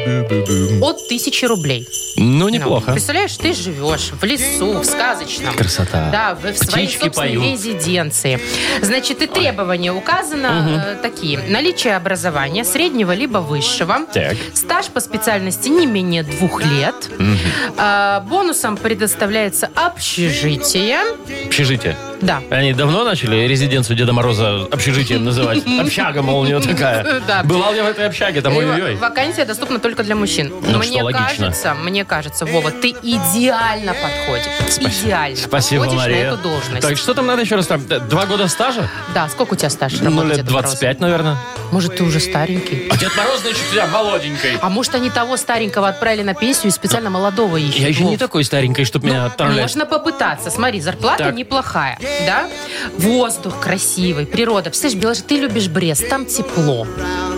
C: От тысячи рублей.
B: Ну,
C: Ну,
B: неплохо.
C: представляешь, ты живешь в лесу, в сказочном.
B: Красота.
C: Да, в в своей
B: Птички
C: собственной
B: поют.
C: резиденции. Значит, и требования указано. э, такие. Наличие образования среднего либо высшего.
B: Так.
C: Стаж по специальности не менее двух лет. А, бонусом предоставляется общежитие.
B: Общежитие.
C: Да.
B: Они давно начали резиденцию Деда Мороза общежитием называть? Общага, мол, у него такая.
C: Да.
B: Бывал я в этой общаге, там
C: И
B: Э, ой-ой-ой.
C: Вакансия доступна только для мужчин.
B: Ну,
C: мне
B: что логично.
C: кажется, мне кажется, Вова, ты идеально подходишь. Идеально
B: Спасибо,
C: подходишь
B: Мария.
C: на эту должность.
B: Так, что там надо еще раз? Там, д- два года стажа?
C: Да, сколько у тебя стаж?
B: Ну,
C: работы,
B: лет
C: Дед
B: 25, наверное.
C: Мороз? Может, ты уже старенький?
B: А Дед Мороз, значит, у тебя молоденький.
C: А может, они того старенького отправили на пенсию и специально молодого ищут?
B: Я еще не
C: Вов.
B: такой старенький, чтобы меня отправлять.
C: Ну, Можно попытаться. Смотри, зарплата
B: Так.
C: неплохая, да? Воздух красивый, природа. Представляешь, Беларусь, ты любишь Брест, там тепло.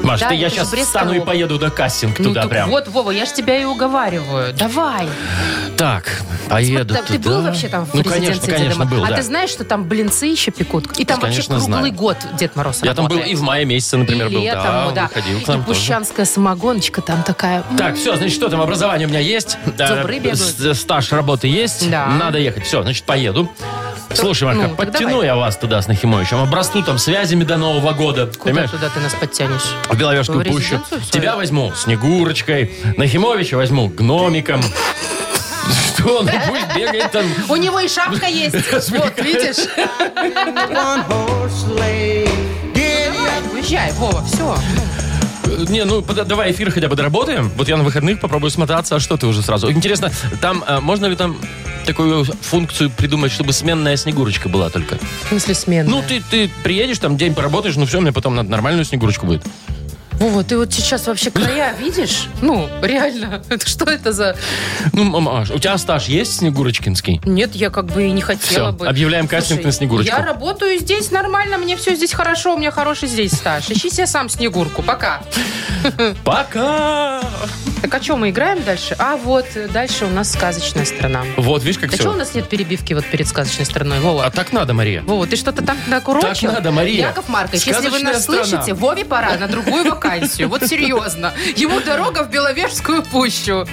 B: Маш,
C: Да,
B: ты, я
C: это же
B: сейчас
C: Брестская
B: встану и
C: область.
B: поеду до кассинг
C: Ну,
B: туда
C: так
B: прям.
C: Вот, Вова, я же тебя и уговариваю. Давай.
B: Так, поеду
C: Вот, да, Ты
B: А туда.
C: был вообще там в
B: Ну,
C: резиденции
B: конечно,
C: Деда
B: конечно,
C: Мороза?
B: был,
C: А
B: да.
C: ты знаешь, что там блинцы еще пекут? И там
B: Конечно,
C: вообще круглый
B: знаю.
C: год Дед Мороз
B: Я там был
C: работает.
B: и в мае месяце, например,
C: И
B: был.
C: летом,
B: да,
C: да.
B: выходил к
C: И
B: нам тоже.
C: пущанская самогоночка там такая. м,
B: Так, все, значит, что там, образование у меня есть.
C: Зубры бегают.
B: с- э, Стаж работы есть.
C: Да.
B: Надо ехать. Все, значит, поеду. Слушай, Марка,
C: ну, так
B: подтяну
C: давай.
B: я вас туда с Нахимовичем. Обрасту там связями до Нового года.
C: Куда
B: понимаешь?
C: туда ты нас подтянешь?
B: В Беловежскую
C: В
B: пущу.
C: резиденцию в свою?
B: Тебя возьму Снегурочкой. Нахимовича возьму гномиком. Что, ну пусть бегает там.
C: У него и шапка есть. Вот, видишь? Давай, Уезжай, Вова, все.
B: Не, ну под- давай эфир хотя бы доработаем. Вот я на выходных попробую смотаться, а что ты уже сразу? Интересно, там э, можно ли там такую функцию придумать, чтобы сменная снегурочка была только?
C: В смысле смены?
B: Ну, ты, ты приедешь, там день поработаешь, ну все, мне потом надо нормальную снегурочку будет.
C: Вова, ты вот сейчас вообще края видишь? Ну, реально, это что это за...
B: Ну, мамаш, у тебя стаж есть снегурочкинский?
C: Нет, я как бы и не хотела
B: Всё,
C: бы.
B: объявляем кастинг на Снегурочку.
C: Я работаю здесь нормально, мне все здесь хорошо, у меня хороший здесь стаж. Ищи себе сам Снегурку, пока.
B: Пока!
C: Так о чем мы играем дальше? А вот, э, дальше у нас сказочная страна.
B: Вот, видишь, как
C: Да что у
B: все.
C: нас нет перебивки вот перед сказочной страной, Вова?
B: А так надо, Мария.
C: Вова, ты что-то там накурочил?
B: Так надо, Мария.
C: Яков Маркович, если вы
B: Сказочная
C: нас
B: страна.
C: слышите, Вове пора на другую вакансию. Вот серьезно. Ему дорога в Беловежскую пущу.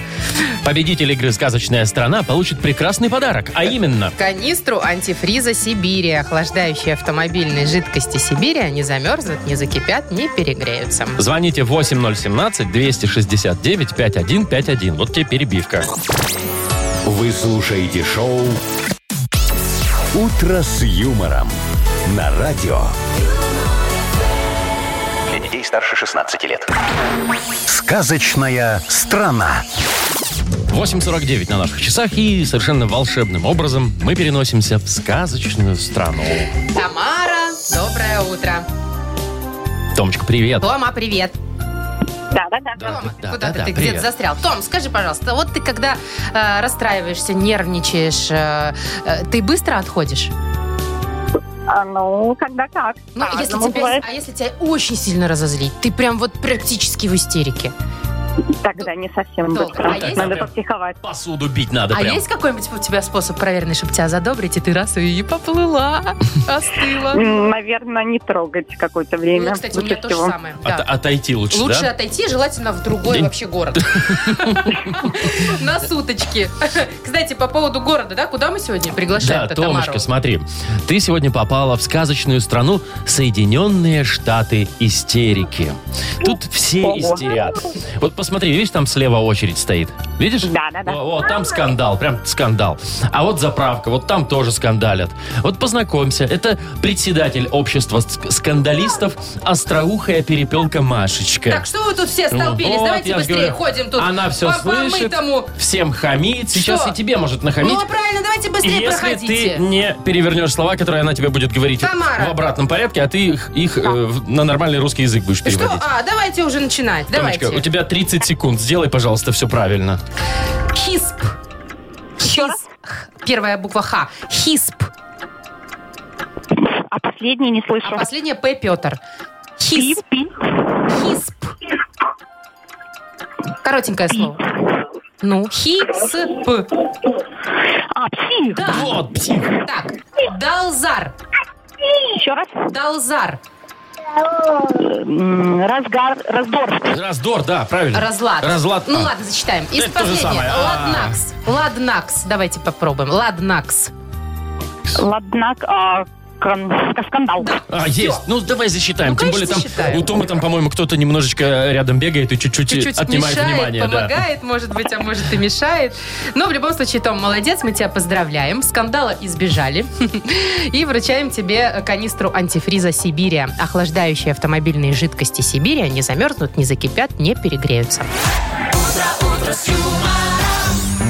B: Победитель игры «Сказочная страна» получит прекрасный подарок, а именно...
C: Канистру антифриза Сибири, охлаждающие автомобильные жидкости Сибири, не замерзнут, не закипят, не перегреются.
B: Звоните 8017-269-5151. Вот тебе перебивка.
A: Вы слушаете шоу «Утро с юмором» на радио.
D: Для детей старше 16 лет.
A: Сказочная страна.
B: 8.49 на наших часах, и совершенно волшебным образом мы переносимся в сказочную страну.
C: Тамара, доброе утро.
B: Томочка, привет.
C: Тома, привет.
G: Да, да, да.
B: Да,
C: Тома,
B: да,
C: куда
B: да,
C: ты,
B: да,
C: ты
B: привет.
C: где-то застрял? Том, скажи, пожалуйста, вот ты когда э, расстраиваешься, нервничаешь, э, э, ты быстро отходишь?
G: А, ну, когда как.
C: Ну,
G: А,
C: если
G: ну,
C: тебя,
G: бывает,
C: а если тебя очень сильно разозлить, ты прям вот практически в истерике.
G: Тогда не совсем
C: Долго.
G: быстро.
C: А есть-
G: Надо попсиховать.
B: Посуду бить надо
C: а
B: прям.
C: есть какой-нибудь у тебя способ проверенный, чтобы тебя задобрить, и ты раз и поплыла, остыла?
G: М, Наверное, не трогать какое-то время.
C: Ну, кстати, у меня
G: Лучше
C: то же
G: всего.
C: самое.
B: От-
C: да.
B: отойти лучше,
C: Лучше
B: да?
C: отойти, желательно в другой
B: День.
C: вообще город. На суточки. Кстати, по поводу города, да, куда мы сегодня
B: Да,
C: приглашаем-то
B: Томочка,
C: Тамару?
B: смотри. Ты сегодня попала в сказочную страну Соединенные Штаты истерики. Тут все
G: Ого.
B: истерят. Вот посмотри, видишь, там слева очередь стоит. Видишь?
G: Да, да, да.
B: О, о, там скандал, прям скандал. А вот заправка, вот там тоже скандалят. Вот познакомься, это председатель общества ск- скандалистов остроухая перепелка Машечка. Ну
C: Так, что вы тут все столпились?
B: Вот,
C: Давайте
B: я же
C: быстрее
B: говорю,
C: ходим тут.
B: Она все
C: по- по
B: слышит,
C: мытому.
B: всем хамит. Сейчас
C: Что?
B: и тебе может нахамить.
C: Ну, правильно, давайте быстрее
B: если
C: проходите.
B: ты не перевернешь слова, которые она тебе будет говорить
C: Тамара.
B: в обратном порядке, а ты их, их, э, в- на нормальный русский язык будешь
C: Что?
B: переводить.
C: А, давайте уже начинать.
B: Томочка, у
C: Давайте.
B: тебя 30 секунд. Сделай, пожалуйста, все правильно.
C: Хисп. Хисп. Первая буква Х. Хисп.
G: А последний не
C: А
G: слышу.
C: последняя П. Петр. Хисп.
G: Пи-пи.
C: Хисп. Коротенькое слово. Ну, хисп.
G: А, псих.
C: Да.
B: Вот, псих.
C: Так, Далзар.
G: Еще раз.
C: Далзар.
G: М, Разгар, раздор.
B: Раздор, да, правильно.
C: Разлад.
B: Разлад.
C: Ну
B: а.
C: ладно, зачитаем. И
B: Это то же
C: последнее.
B: самое. А.
C: Ладнакс. Ладнакс. Давайте попробуем. Ладнакс.
G: Ладнак, а,
F: кран- скандал.
B: А, есть. Ну, давай засчитаем.
C: Ну,
B: Тем более
C: конечно,
B: там
C: засчитаем.
B: у Тома там, по-моему, кто-то немножечко рядом бегает и чуть-чуть,
C: Чуть-чуть
B: отнимает
C: мешает,
B: внимание. Да.
C: помогает, может быть, а может и мешает. Но в любом случае, Том, молодец, мы тебя поздравляем. Скандала избежали. И вручаем тебе канистру антифриза Сибирия. Охлаждающие автомобильные жидкости Сибирия не замерзнут, не закипят, не перегреются.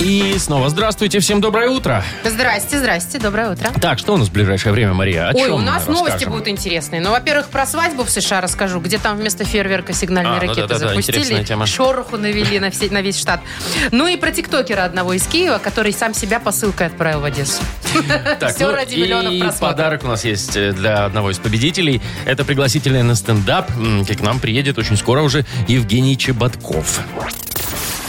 B: И снова здравствуйте, всем доброе утро.
C: Здрасте, здрасте, доброе утро.
B: Так, что у нас в ближайшее время, Мария? О
C: Ой,
B: чем
C: у
B: мы
C: нас новости
B: расскажем?
C: будут интересные. Ну, во-первых, про свадьбу в США расскажу, где там вместо фейерверка сигнальные
B: А, ну
C: ракеты
B: да-да-да, интересная
C: запустили,
B: тема.
C: шороху навели на, все, на весь штат. Ну и про тиктокера одного из Киева, который сам себя посылкой отправил в Одессу.
B: Так,
C: Все
B: ну
C: ради
B: и
C: миллионов просмотров.
B: подарок у нас есть э, для одного из победителей. Это пригласительное на стендап. М, К нам приедет очень скоро уже Евгений Чеботков.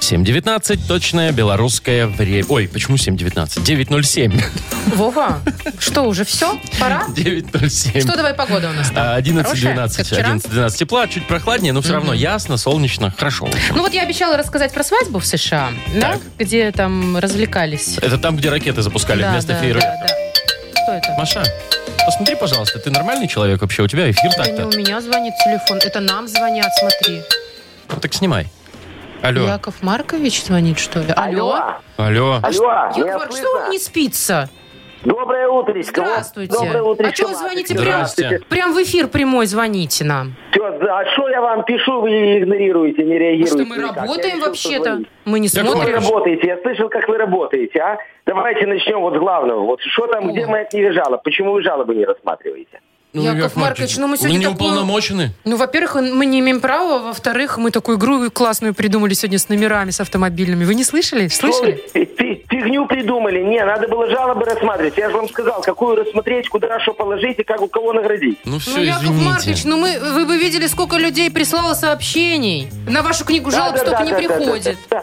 B: 7.19, точное белорусское время. Ой, почему 7.19? 9.07.
C: Вова, что, уже все? Пора?
B: 9.07.
C: Что, давай погода у нас
B: А,
C: там?
B: 11,
C: Хорошая, как
B: 12,
C: вчера?
B: 11, 12 тепла, чуть прохладнее, но все равно ясно, солнечно, хорошо. в общем.
C: Ну вот я обещала рассказать про свадьбу в США, да?
B: Так.
C: Где там развлекались.
B: Это там, где ракеты запускали
C: Да,
B: вместо
C: да,
B: фейерверка.
C: да, да. Что это?
B: Маша, посмотри, пожалуйста, ты нормальный человек вообще? У тебя эфир
C: Это не
B: так-то?
C: у меня звонит телефон, это нам звонят, смотри.
B: Ну, так снимай. Алло,
C: Яков Маркович звонит, что ли? Алло?
B: алло.
E: Алло,
C: Яков Маркович, А что вам не спится?
E: Доброе утречко.
C: Здравствуйте.
E: Доброе
C: а
E: утречко.
C: что вы звоните прям,
B: Здрасте.
C: прям в эфир прямой звоните нам?
E: а что я вам пишу, вы игнорируете, не
C: А
E: реагируете?
C: что мы
E: никак? Я
C: работаем
E: решил
C: вообще-то?
E: позвонить.
C: Мы не
B: Яков
E: Как вы
B: Маркович.
C: смотрим.
E: работаете? Я слышал, как вы работаете, а? Давайте начнем вот с главного. Вот что там, где моя книга жалоб? Почему вы жалобы не рассматриваете?
B: Ну,
C: Яков Маркович, ну мы сегодня
B: Вы не
C: такую-
B: уполномочены.
C: Ну, во-первых, он- мы не имеем права, во-вторых, мы такую игру классную придумали сегодня с номерами, с автомобильными. Вы не слышали? Слышали?
E: Что вы, э, фи- Фигню придумали. Не, надо было жалобы рассматривать. Я же вам сказал, какую рассмотреть, куда что положить и как у кого наградить.
B: Ну все,
C: ну, Яков
B: извините.
C: Маркович, ну мы, вы бы видели, сколько людей прислало сообщений. На вашу книгу жалоб
E: Да, да,
C: столько
E: да,
C: не
E: да, да,
C: приходит.
E: да, да.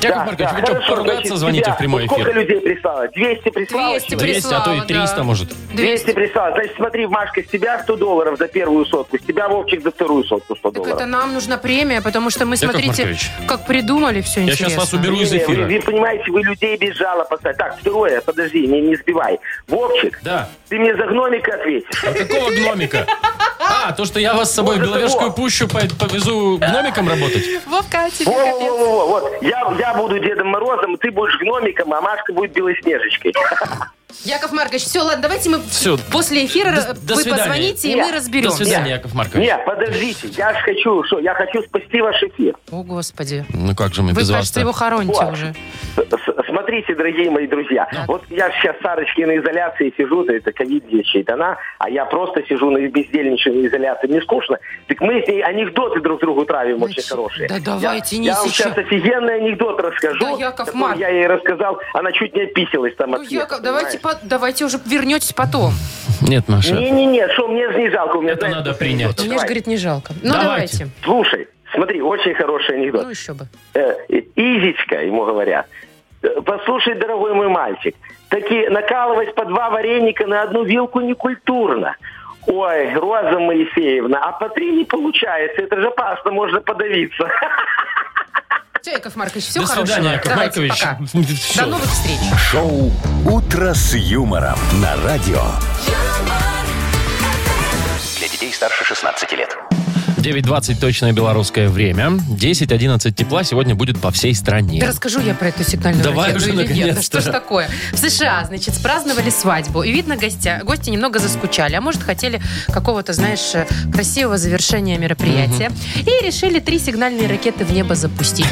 B: Яков
E: Да,
B: Маркович,
E: да,
B: вы что,
E: хорошо,
B: поругаться
E: значит,
B: звоните
E: тебя-
B: в прямой
E: Сколько
B: эфир?
E: людей прислало? 200 прислало?
C: 200
E: человек?
B: 200, а то и
C: прислала,
B: 300,
C: да.
B: может.
E: 200 прислало. Значит, смотри, Машка, с тебя 100 долларов за первую сотку, с тебя, Вовчик, за вторую сотку 100
C: Так
E: долларов.
C: это нам нужна премия, потому что мы,
B: Яков
C: смотрите,
B: Маркович,
C: как придумали все
B: я
C: интересно.
B: сейчас вас уберу из
E: Не,
B: эфира.
E: Вы, вы понимаете, вы людей без жалоб поставили. Так, второе, подожди, не, не сбивай. Вовчик,
B: Да.
E: ты мне за гномика ответишь.
B: А какого гномика? А, то, что я вас с собой в
E: Вот это
B: Беловежскую
E: вот.
B: пущу, по- повезу гномиком работать?
C: Вовка, а тебе капец.
E: Во-во-во, вот, я, я буду Дедом Морозом, ты будешь гномиком, а Машка будет Белоснежечкой.
C: Яков Маркович, все, ладно, давайте мы
B: Всё.
C: после эфира
B: До-
C: э,
B: до
C: вы
B: свидания.
C: позвоните, и
E: Нет.
C: мы
B: До
C: разберемся.
B: свидания, Яков Маркович.
E: Не, подождите, я же хочу, что, я хочу спасти ваш эфир.
C: О, Господи.
B: Ну как же мы
C: Вы,
B: без
C: кажется,
B: вас-то?
C: его хороните
E: Вот.
C: уже.
E: С- Смотрите, дорогие мои друзья, вот я сейчас Сарочки на изоляции сижу, да это ковид ей чей дана, а я просто сижу на бездельничаю на изоляции, мне скучно. Так мы с ней анекдоты друг другу травим
C: Ой,
E: очень
C: ч-
E: хорошие.
C: да
E: Я-
C: давайте не
E: Я вам
C: сейчас.
E: сейчас офигенный анекдот расскажу.
C: Да, Яков
E: который
C: Марк.
E: Я ей рассказал, она чуть не описалась там от
C: Ну,
E: смеха,
C: Яков, давайте,
E: понимаешь?
C: по- давайте уже вернетесь потом.
B: Нет, Маша.
E: Не-не-не, что мне же не жалко. У меня,
B: Это
E: знаешь,
B: надо
E: какой
B: принять.
E: анекдот?
C: Мне же,
E: Давай.
C: говорит, не жалко. Ну,
B: Давайте.
C: давайте.
E: Слушай, смотри, очень хороший анекдот.
C: Ну, еще бы.
E: Э, Изичка, ему говорят, «Э, послушай, дорогой мой мальчик, таки накалывать по два вареника на одну вилку некультурно. Ой, Роза Моисеевна, а по три не получается, это же опасно, можно подавиться.
C: Все, Яков Маркович, все
B: До
C: хорошего.
B: свидания, Яков
C: Давайте,
B: Маркович.
C: пока.
B: Всё.
C: До новых встреч.
A: шоу «Утро с юмором» на радио.
D: Для детей старше 16 лет.
B: 9.20 точное белорусское время. 10.11 тепла сегодня будет по всей стране.
C: Да расскажу я про эту сигнальную
B: Давай
C: ракету
B: уже,
C: или нет. Да
B: наконец-то.
C: что ж такое? В США, значит, спраздновали свадьбу. И видно, гостя, гости немного заскучали. А может, хотели какого-то, знаешь, э, красивого завершения мероприятия. И решили три сигнальные ракеты в небо запустить.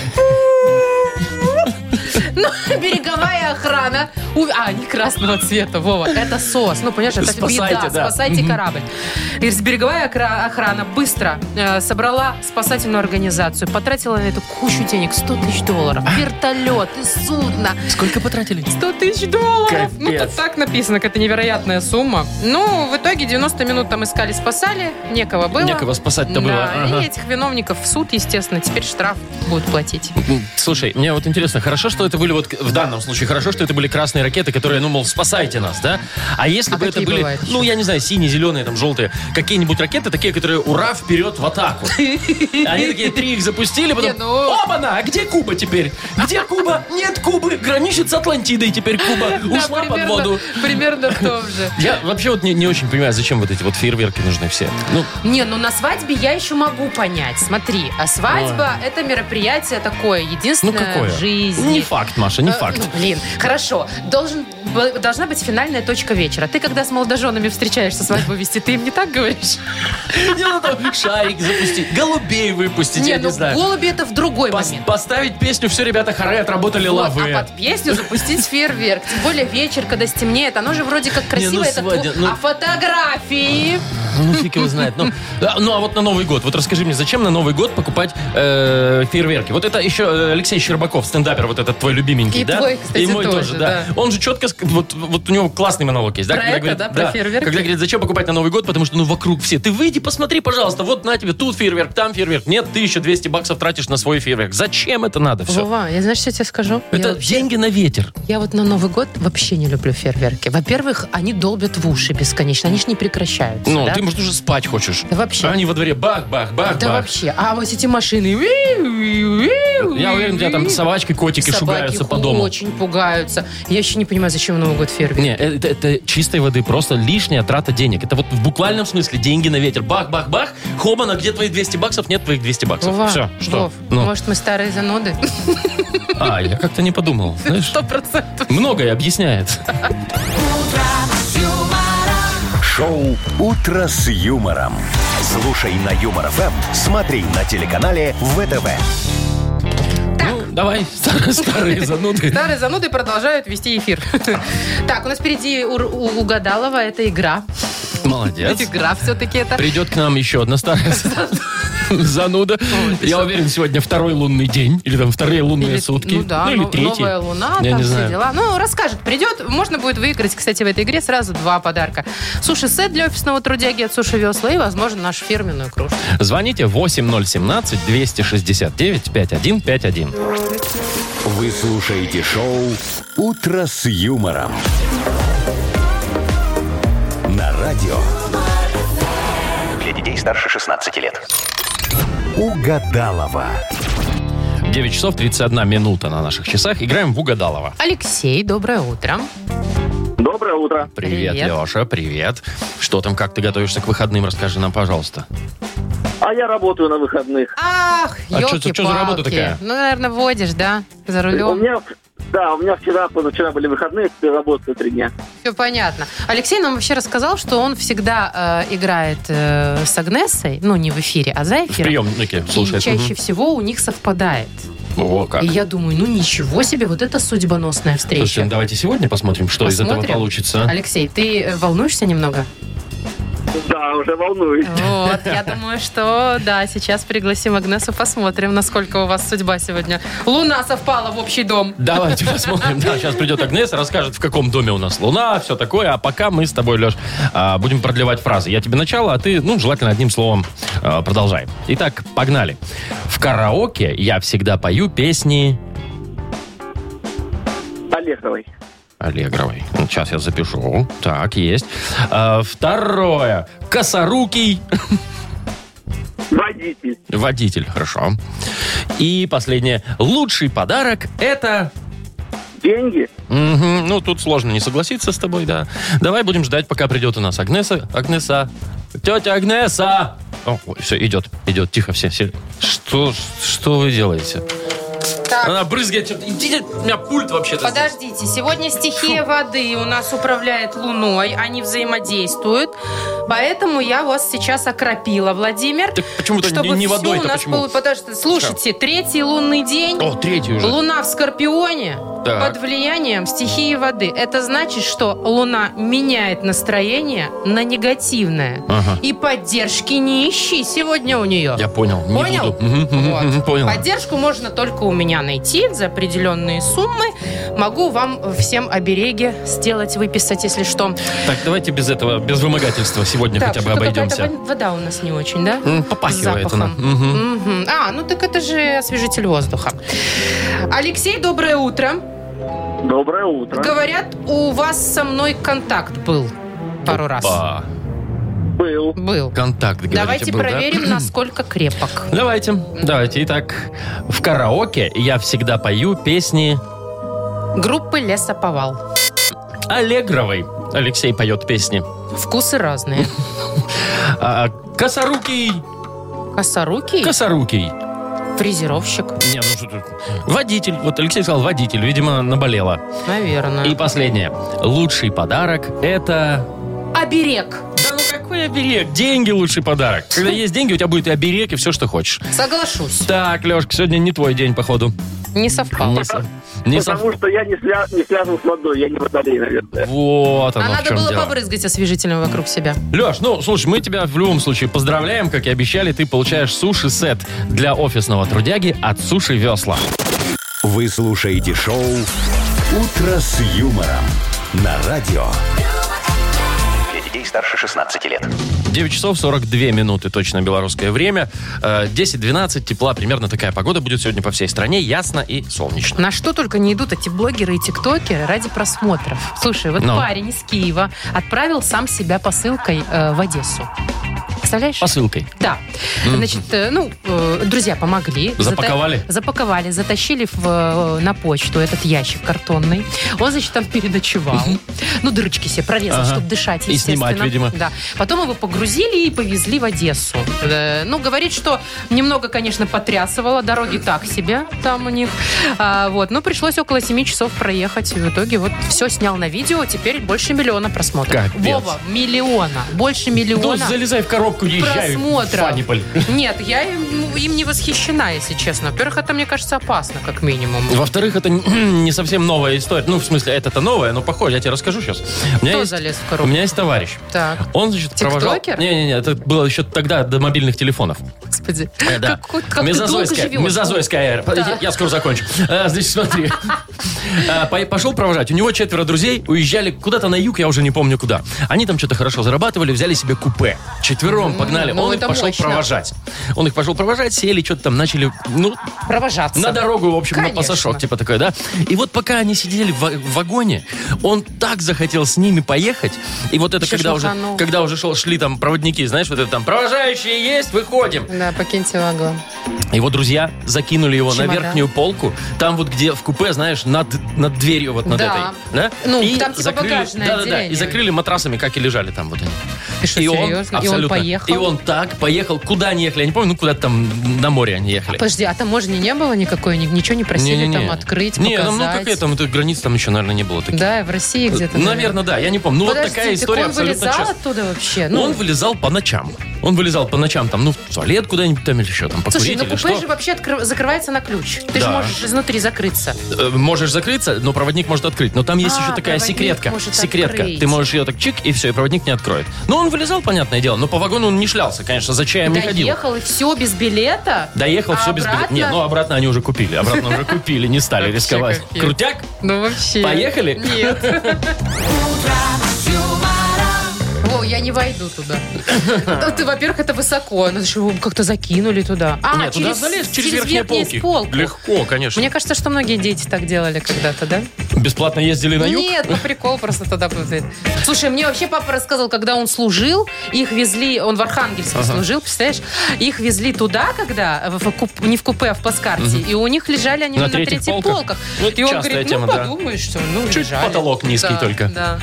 C: Ну, береговая охрана. у- А, не красного цвета, Вова. Это сос. Ну, понимаешь, это
B: Спасайте,
C: беда.
B: да.
C: Спасайте корабль. И с- береговая окра- охрана быстро э, собрала спасательную организацию. Потратила на это кучу денег. 100 тысяч долларов. Вертолет и судно.
B: Сколько потратили?
C: 100 тысяч долларов! Ну,
B: Капец.
C: тут так написано, какая-то невероятная сумма. Ну, в итоге 90 минут там искали, спасали. Некого было.
B: Некого спасать-то
C: Да,
B: было. Ага.
C: и этих виновников в суд, естественно, теперь штраф будут платить.
B: М, Слушай, мне вот интересно, хорошо, что это были вот в данном случае, хорошо, что это были красные ракеты, которые, ну, мол, спасайте нас, да? А если
C: А
B: бы это
C: какие
B: были,
C: бывают
B: ну, я не знаю, синие, зеленые, там, желтые, какие-нибудь ракеты, такие, которые ура, вперед в атаку. Они такие три их запустили, потом,
C: Не, ну.
B: опа-на, а где Куба теперь? Где Куба? Нет Кубы, граничит с Атлантидой теперь Куба, ушла
C: Да,
B: под
C: примерно-
B: воду.
C: Примерно в том же.
B: Я вообще вот не, не очень понимаю, зачем вот эти вот фейерверки нужны все. Ну,
C: Не, ну на свадьбе я еще могу понять. Смотри, а свадьба это мероприятие такое,
B: ну
C: единственное
B: какое?
C: в жизни.
B: Не факт, Маша, не
C: Э,
B: факт.
C: ну, блин, хорошо. Должен, б- должна быть финальная точка вечера. Ты когда с молодоженами встречаешься свадьбу вести, ты им не так говоришь?
B: Не надо шарик запустить, голубей выпустить,
C: не,
B: я не
C: ну
B: знаю.
C: голуби это в другой
B: Пос-
C: момент.
B: Поставить песню «Все, ребята, хоры отработали
C: Вот,
B: лавы».
C: а под песню запустить фейерверк. Тем более вечер, когда стемнеет. Оно же вроде как красиво.
B: ну,
C: это
B: свадьба,
C: тво-
B: ну-
C: А фотографии?
B: Ну, фиг его знает. Ну, да, ну, а вот на Новый год. Вот расскажи мне, зачем на Новый год покупать э, фейерверки? Вот это еще э, Алексей Щербаков, стендапер, вот этот твой любименький,
C: И
B: да?
C: твой, кстати,
B: И мой тоже,
C: тоже,
B: да.
C: да.
B: Он же четко, ск- вот, вот у него классный монолог есть, да?
C: Про это, да, про фейерверки?
B: Когда говорит, зачем покупать на Новый год, потому что, ну, вокруг все. Ты выйди, посмотри, пожалуйста, вот на тебе, тут фейерверк, там фейерверк. Нет, 1200 баксов тратишь на свой фейерверк. Зачем это надо все?
C: Вова, я знаешь, что я тебе скажу?
B: Это
C: Я-
B: деньги на ветер.
C: Я вот на Новый год вообще не люблю фейерверки. Во-первых, они долбят в уши бесконечно, они ж не прекращаются.
B: Ну,
C: да?
B: ты, может, уже спать хочешь.
C: Да вообще.
B: А они во дворе бах-бах-бах-бах.
C: Да вообще. А вот эти машины... Я
B: Я уверен, у тебя там собачки, котики шугаются по дому.
C: очень пугаются. Я еще не понимаю, зачем на Новый год фейерверк.
B: Не, э, это, это чистой воды, просто лишняя трата денег. Это вот в буквальном смысле деньги на ветер. Бах-бах-бах, хобана, где твои 200 баксов? Нет твоих 200 баксов.
C: Вова,
B: Все, что?
C: Вов,
B: ну,
C: может, мы старые заноды?
B: а, я как-то не подумал. Знаешь,
C: Сто процентов.
B: многое объясняет.
A: Шоу «Утро с юмором». Слушай на Юмор ФМ, смотри на телеканале ВТВ.
B: Ну, давай, стар- старые зануды.
C: Старые зануды продолжают вести эфир. Так, у нас впереди у, у Гадалова это игра.
B: Молодец.
C: Игра все-таки это.
B: Придет к нам еще одна старая зануда. Я уверен, сегодня второй лунный день. Или там вторые лунные
C: Или-
B: сутки.
C: Ну да,
B: или
C: но-
B: третий.
C: новая луна,
B: Я
C: там
B: не
C: все
B: знаю.
C: дела. Ну, расскажет, придет. Можно будет выиграть, кстати, в этой игре сразу два подарка. Суши-сет для офисного трудяги от Суши Весла и, возможно, нашу фирменную кружку.
B: Звоните 8017 269 5151.
A: Вы слушаете шоу «Утро с юмором». На радио
D: Для детей старше 16 лет.
A: «Угадалова».
B: 9 часов 31 минута на наших часах. Играем в Угадалова.
C: Алексей, доброе утро.
E: Доброе утро.
B: Привет,
C: Привет.
B: Леша, привет. Что там, как ты готовишься к выходным, расскажи нам, пожалуйста.
E: А я работаю на выходных.
C: Ах,
B: А чё-
C: елки-палки.
B: чё за работа такая?
C: Ну, наверное, водишь, да? За
E: У
C: рулем.
E: меня, да, у меня вчера, позавчера были выходные, теперь работаю три дня.
C: Все понятно. Алексей нам вообще рассказал, что он всегда э, играет э, с Агнесой, ну, не в эфире, а за
B: В
C: эфиром.
B: приемнике,
C: И
B: слушай.
C: чаще всего у них совпадает.
B: О, как.
C: И я думаю, ну ничего себе, вот это судьбоносная
B: Слушайте,
C: встреча.
B: ну давайте сегодня посмотрим, что из этого
C: Посмотрим.
B: получится. а.
C: Алексей, ты э, волнуешься немного?
E: Да, уже волнуюсь.
C: Вот, я думаю, что да, сейчас пригласим Агнесу, посмотрим, насколько у вас судьба сегодня. Луна совпала в общий дом.
B: Давайте посмотрим. Да, сейчас придет Агнеса, расскажет, в каком доме у нас луна, все такое. А пока мы с тобой, Леш, а, будем продлевать фразы. Я тебе начало, а ты, ну, желательно одним словом а, продолжай. Итак, погнали. В караоке я всегда пою песни...
E: Олеговой.
B: Аллегровой. Сейчас я запишу. Так, есть. А, второе. Косорукий
E: Водитель.
B: водитель. Хорошо. И последнее. Лучший подарок это...
E: Деньги.
B: Мгм, Ну, тут сложно не согласиться с тобой, да. Давай будем ждать, пока придет у нас Агнеса. Агнеса. Тетя Агнеса! О, все, идет, идет, тихо все. все. Что, что вы делаете?
C: Так.
B: Она брызгает чем-то. Идите, у меня пульт вообще-то. здесь.
C: Подождите, сегодня стихия воды у нас управляет Луной, они взаимодействуют, поэтому я вас сейчас окропила, Владимир.
B: Так почему-то
C: чтобы
B: не- не
C: всё
B: водой-то,
C: у нас
B: почему?
C: было- Подожди, слушайте, третий лунный день.
B: О, третий уже.
C: Луна в Скорпионе
B: Так.
C: под влиянием стихии воды. Это значит, что Луна меняет настроение на негативное.
B: Ага.
C: И поддержки не ищи сегодня у нее.
B: Я понял. Не
C: Понял?
B: буду. Мгм, мгм,
C: Вот.
B: мгм, понял.
C: Поддержку можно только у меня найти за определенные суммы. Могу вам всем обереги сделать, выписать, если что.
B: Так, давайте без этого, без вымогательства сегодня
C: Так,
B: хотя бы
C: что-то какая-то
B: обойдемся.
C: вод- вода у нас не очень, да?
B: М, Попахивает
C: Запахом.
B: она. Мгм.
C: Мгм. А, ну так это же освежитель воздуха. Алексей, доброе утро.
E: Доброе утро.
C: Говорят, у вас со мной контакт был пару раз.
B: Па.
E: Был.
C: Был.
B: Контакт, говорите,
C: Давайте
B: был, да?
C: проверим, насколько крепок.
B: Давайте, давайте. Итак, в караоке я всегда пою песни
C: Группы лесоповал.
B: Аллегровой. Алексей поет песни.
C: Вкусы разные.
B: А, косорукий,
C: Косорукий,
B: косорукий.
C: фрезеровщик,
B: Не, ну что тут? Водитель. Вот Алексей сказал водитель. Видимо, наболела.
C: наверное.
B: И последнее. Лучший подарок – это...
C: Оберег.
B: Да ну какой оберег? Деньги – лучший подарок. Когда есть деньги, у тебя будет и оберег, и все, что хочешь.
C: Соглашусь.
B: Так, Лешка, сегодня не твой день, походу.
C: Не совпало.
B: Не со- не со-
E: Потому что я не, свя- не связан с водой, я не водолей, наверное.
B: Вот
C: А
B: оно в
C: надо
B: чем
C: было
B: дело.
C: побрызгать освежителем вокруг себя.
B: Леш, ну, слушай, мы тебя в любом случае поздравляем. Как и обещали, ты получаешь суши-сет для офисного трудяги от Суши Весла.
A: Вы слушаете шоу «Утро с юмором» на радио.
D: Для детей старше 16 лет.
B: 9 часов 42 минуты, точно белорусское время. Э, 10-12, тепла, примерно такая погода будет сегодня по всей стране. Ясно и солнечно.
C: На что только не идут эти блогеры и тиктокеры ради просмотров. Слушай, вот
B: Ну.
C: парень из Киева отправил сам себя посылкой э, в Одессу. Представляешь?
B: Посылкой.
C: Да. Значит, э, ну, э, друзья помогли. Зата-
B: Запаковали?
C: запаковали, затащили в, э, на почту этот ящик картонный. Он, значит, там переночевал. Ну, дырочки себе прорезал,
B: Ага.
C: чтобы дышать,
B: И
C: естественно.
B: снимать, видимо.
C: Да. Потом его погрузили и повезли в Одессу. Э, Ну, говорит, что немного, конечно, потрясывало. Дороги так себе там у них. А, вот. Но пришлось около 7 часов проехать. В итоге вот все снял на видео. Теперь больше миллиона просмотров.
B: Капец.
C: Вова, миллиона. Больше миллиона.
B: Ну, залезай в коробку, езжай.
C: Просмотра.
B: Фаниполь.
C: Нет, я им, ну, им не восхищена, если честно. Во-первых, это, мне кажется, опасно, как минимум.
B: Во-вторых, это н- не совсем новая история. Ну, в смысле, это-то новая, но похоже, я тебе расскажу сейчас. У меня
C: Кто
B: есть-
C: залез в
B: У
C: коробку?
B: меня есть товарищ.
C: Так,
B: Он, значит, провожал...
C: Тиктокер?
B: Не-не-не, это было еще тогда до мобильных телефонов.
C: господи.
B: Э, да.
C: Как, вот- как ты долго
B: Мезозойская,
C: живешь.
B: мезозойская эра. Я, я скоро закончу. Э, Значит, смотри. Э, по- Пошел провожать. У него четверо друзей уезжали куда-то на юг, я уже не помню куда. Они там что-то хорошо зарабатывали, взяли себе купе. Четвером погнали.
C: ну
B: Он их
C: это
B: пошел
C: мощно.
B: провожать. Он их пошел провожать, сели, что-то там начали, ну,
C: Провожаться.
B: на дорогу, в общем, на
C: Конечно.
B: пасашок, типа такое, да? И вот пока они сидели в, ва- в вагоне, он так захотел с ними поехать. И вот это
C: Еще
B: когда уже,
C: шмаканул.
B: когда уже шел, шли там проводники, знаешь, вот это там, провожающие есть, выходим.
C: Да, покиньте вагон.
B: Его друзья закинули его
C: Чемодан.
B: на верхнюю полку, там вот где в купе, знаешь, над, над дверью вот над
C: Да.
B: этой. Да?
C: Ну, там типа багажное
B: да, да, да, и
C: отделение.
B: закрыли матрасами, как и лежали там вот они.
C: Ты что, серьезно? И он
B: абсолютно.
C: поехал?
B: И он так поехал. Куда они ехали? Я не помню, ну куда-то там на море они ехали.
C: Подожди, а таможни не было никакой? ни- Ничего не просили
B: Не-не-не.
C: там открыть,
B: Не,
C: показать?
B: там, ну какая там, это граница там еще, наверное, не было таких.
C: Да, и в России где-то.
B: Наверное, да, я не помню. Ну, вот
C: Подожди,
B: такая
C: так
B: история
C: он
B: абсолютно
C: вылезал
B: честная.
C: оттуда вообще? Ну,
B: Он вылезал по ночам. Он вылезал по ночам, там, ну, в туалет куда-нибудь там или еще там покурить
C: Слушай, ну
B: или
C: купе
B: что.
C: же вообще откры- закрывается на ключ. Ты же
B: Да.
C: можешь изнутри закрыться.
B: Э, Можешь закрыться, но проводник может открыть. Но там есть
C: А,
B: еще такая
C: проводник
B: секретка.
C: может
B: Секретка.
C: открыть.
B: Ты можешь ее так чик, и все, и проводник не откроет. Ну, он вылезал, понятное дело, но по вагону он не шлялся, конечно, за чаем не ходил.
C: Доехал и все без билета?
B: Доехал,
C: А
B: все без билета.
C: обратно?
B: Не, ну обратно они уже купили. Обратно уже купили, не стали
C: Вообще
B: рисковать.
C: капец.
B: Крутяк,
C: Ну вообще.
B: поехали.
C: Нет. О, я не войду туда. Ну, ты, Во-первых, это высоко. Ну, зачем вы как-то закинули туда? А,
B: Не, туда залез через верхние полки.
C: полку.
B: Легко, конечно.
C: Мне кажется, что многие дети так делали когда-то, да?
B: Бесплатно ездили на юг?
C: Ну Нет, по приколу просто туда будет. Слушай, мне вообще папа рассказал, когда он служил, их везли, он в Архангельске служил, представляешь? Их везли туда, когда, в куп- не в купе, а в плацкарте, и у них лежали они
B: На
C: на,
B: третьих
C: третьих,
B: полках.
C: полках.
B: Ну, это
C: и он
B: частая
C: говорит,
B: тема,
C: ну,
B: да.
C: подумаешь, что ну,
B: Чуть
C: лежали.
B: потолок низкий
C: Да,
B: только.
C: Да,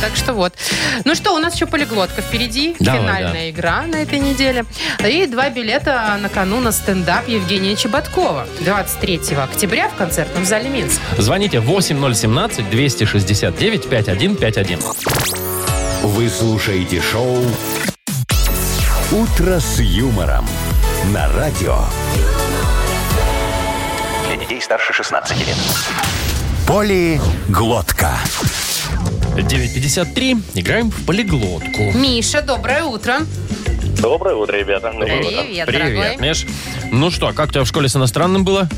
C: так что вот. Ну что, у нас еще полиглотка впереди,
B: Давай,
C: финальная игра на этой неделе. И два билета на кону на стендап Евгения Чеботкова 23 октября в концертном зале Минск.
B: Звоните 8017-269-5151.
A: Вы слушаете шоу «Утро с юмором» на радио.
D: Для детей старше 16 лет.
A: Полиглотка.
B: 9.53. Играем в полиглотку.
C: Миша, доброе утро.
F: Доброе утро, ребята.
C: Привет,
B: Привет,
C: дорогой.
B: Миш. Ну что, как у тебя в школе с иностранным было?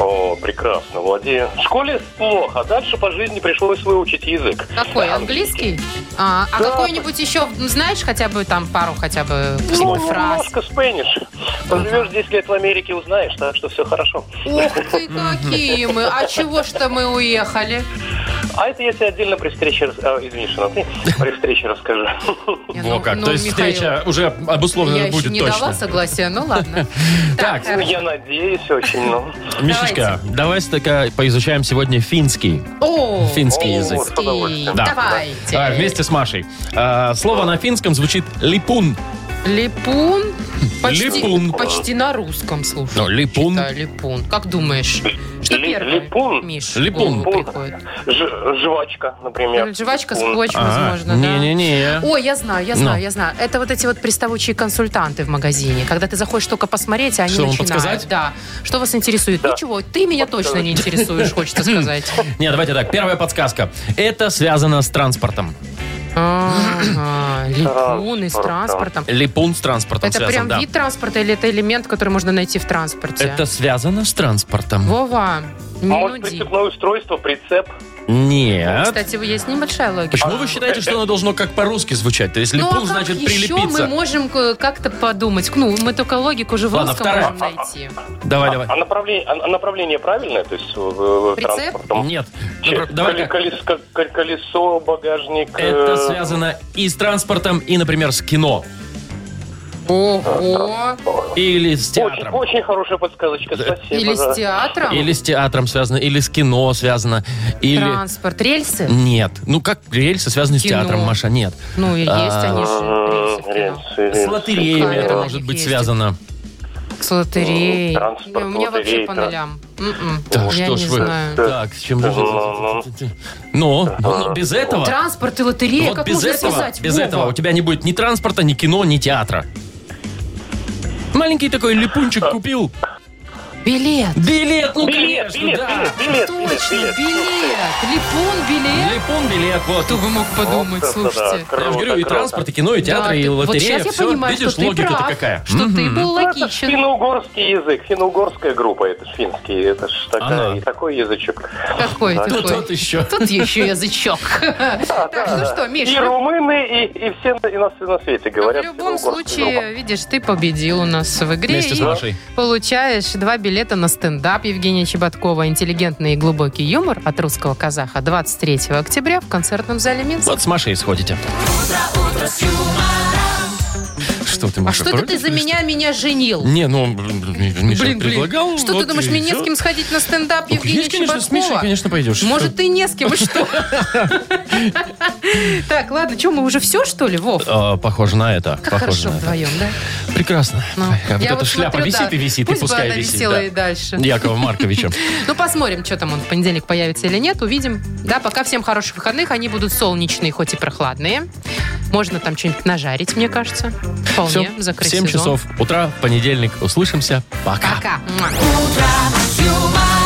F: О, прекрасно, владею. В школе плохо, а дальше по жизни пришлось выучить язык.
C: Какой? Английский? А, а
F: Да.
C: какой-нибудь еще, знаешь, хотя бы там пару хотя бы
F: Ну,
C: фраз?
F: немножко спэниш. Поживешь 10 лет в Америке, узнаешь, так что все хорошо.
C: Ох ты, какие мы! А чего что мы уехали?
F: А это я тебе отдельно при встрече... рас- а, извини, Шина, ты при встрече расскажу.
C: Не,
B: Во
C: ну-
B: как.
C: ну,
B: То есть
C: Михаил,
B: встреча уже обусловлена
C: Я еще
B: будет
C: не
B: точно.
C: дала согласия, ну ладно.
B: Так,
F: Ну, Я надеюсь очень, ну.
B: Мишечка, давай так поизучаем сегодня финский.
C: О,
B: Финский
F: О,
B: язык.
F: с удовольствием.
B: Да.
C: Давайте.
B: А, вместе с Машей. А, слово на финском звучит липун.
C: Липун. Почти,
B: Липун.
C: почти на русском, слушай.
B: Ну, липун.
C: Читай, липун. Как думаешь? Что
F: Ли-
C: первое,
F: липун?
C: Миш,
B: Липун.
C: в голову приходит?
F: Ж- Жвачка, например.
C: Жвачка с
F: М.
C: почвы,
B: А,
C: возможно, да?
B: Не-не-не.
C: Ой, я знаю, я знаю,
B: Ну.
C: я знаю. Это вот эти вот приставучие консультанты в магазине. Когда ты заходишь только посмотреть, а они
B: Что, вам
C: начинают.
B: подсказать?
C: Да. Что вас интересует?
F: Да.
C: Ничего, ты меня точно не интересуешь, хочется сказать.
B: Не, давайте так. Первая подсказка. Это связано с транспортом.
C: Ага, Липуны с транспортом.
B: Липун с транспортом
C: Это
B: связан,
C: прям
B: да.
C: вид транспорта или это элемент, который можно найти в транспорте?
B: Это связано с транспортом.
C: Вова, не
F: Может,
C: нуди.
F: прицепное устройство, прицеп.
B: Нет.
C: Кстати, есть небольшая логика.
B: Почему вы считаете, что оно должно как по-русски звучать? То есть
C: Ну, а
B: липун
C: как
B: значит
C: еще мы
B: прилепиться.
C: можем к- как-то подумать? Ну, мы только логику уже в
B: Ладно,
C: русском
B: вторая.
C: можем найти.
B: Давай,
F: А
B: давай.
F: направление, а- а направление правильное, то есть э,
C: Прицеп?
F: транспортом?
B: Нет.
F: Че-
B: Напра- Давай.
F: коли- колесо, коль- колесо, багажник.
B: Это
F: э,
B: связано и с транспортом, и, например, с кино.
C: Ого!
B: Или с
F: Очень,
B: театром. Э,
F: очень хорошая подсказочка, спасибо.
C: Или
F: за-
C: с театром?
B: Или с театром связано, или с кино связано, или...
C: Транспорт, рельсы?
B: Нет. Ну, как рельсы связаны с
C: Кино.
B: театром, Маша? Нет.
C: Ну, и есть
B: А,
C: они же, рельсы в
F: М,
C: кино.
F: рельсы, рельсы.
B: С лотереями
C: Камера
B: это
C: на
B: может
C: них
B: быть
C: ездит.
B: связано.
C: С лотереей.
F: Ну, Транспорт,
C: Не, У меня вообще
F: лотереи,
C: по
F: да.
C: нулям. М-м.
B: Так,
C: Я
B: что
C: не
B: ж вы.
C: знаю.
B: Так, с чем же...
F: Ну,
B: Ну, ну, без этого...
C: Транспорт и лотерея,
B: вот
C: как
B: без
C: можно
B: этого,
C: связать?
B: без
C: Вова?
B: этого у тебя не будет ни транспорта, ни кино, ни театра. Маленький такой липунчик купил.
C: Билет.
B: Билет, ну
F: Билет,
B: конечно,
F: билет,
B: да.
F: билет, билет, билет,
C: Точно,
F: билет.
C: билет. Липун, билет.
B: Липун, билет, вот.
C: Кто бы мог подумать,
F: Вот это да,
C: слушайте.
F: круто,
B: я же говорю, и
F: круто.
B: транспорт, и кино, и театр,
C: Да,
B: и
C: ты-
B: лотерея.
C: Вот сейчас я
B: Все,
C: понимаю,
B: видишь,
C: что ты
B: логика-то
C: прав,
B: какая.
C: что ты был
F: Ну, Это ж
C: логичен.
F: финно-угорский язык, финно-угорская группа, это ж финский, это ж такая,
B: Ага.
F: и такой язычок.
C: Какой
B: Тут,
C: такой.
B: еще.
C: Тут Ну, еще язычок. Так, ну что, Миш,
F: И
C: ну,
F: румыны, и, и все на, и на, и на свете
C: Ну,
F: говорят.
C: в любом
F: финно-угорская
C: случае,
F: группа.
C: видишь, ты победил у нас в игре.
B: Вместе с
F: и-
B: Машей.
C: Получаешь два билета на стендап Евгения Чеботкова «Интеллигентный и глубокий юмор» от русского казаха 23 октября в концертном зале Минск.
B: Вот с Машей сходите. Что ты,
C: А
B: Маша,
C: что это
B: против
C: ты за
B: или
C: меня меня
B: что?
C: женил?
B: Не, ну, Миша
C: Блин, блин,
B: предлагал.
C: что
B: Ну, вот
C: ты думаешь,
B: и
C: мне не с
B: всё.
C: кем сходить на стендап
B: Ну,
C: Евгения
B: есть, конечно, с Мишей,
C: Чеботкова?
B: конечно, пойдешь.
C: Может, ты не с кем, и что? Так, ладно, что, мы уже все, что ли, Вов?
B: А, похоже на это.
C: Как
B: похоже
C: хорошо
B: на это.
C: вдвоем, да?
B: Прекрасно.
C: Ну,
B: А вот
C: я
B: эта
C: вот
B: шляпа
C: смотрю,
B: висит
C: да.
B: и висит,
C: Пусть
B: и пускай
C: бы она
B: висит.
C: висела
B: да.
C: и дальше.
B: Якова Марковича.
C: Ну, посмотрим, что там он в понедельник появится или нет. Увидим. Да, пока всем хороших выходных. Они будут солнечные, хоть и прохладные. Можно там что-нибудь нажарить, мне кажется. Вполне
B: Всё.
C: закрыть
B: 7
C: сезон.
B: часов утра, понедельник. Услышимся. Пока.
C: Пока. Муа.
H: Утро с юмором.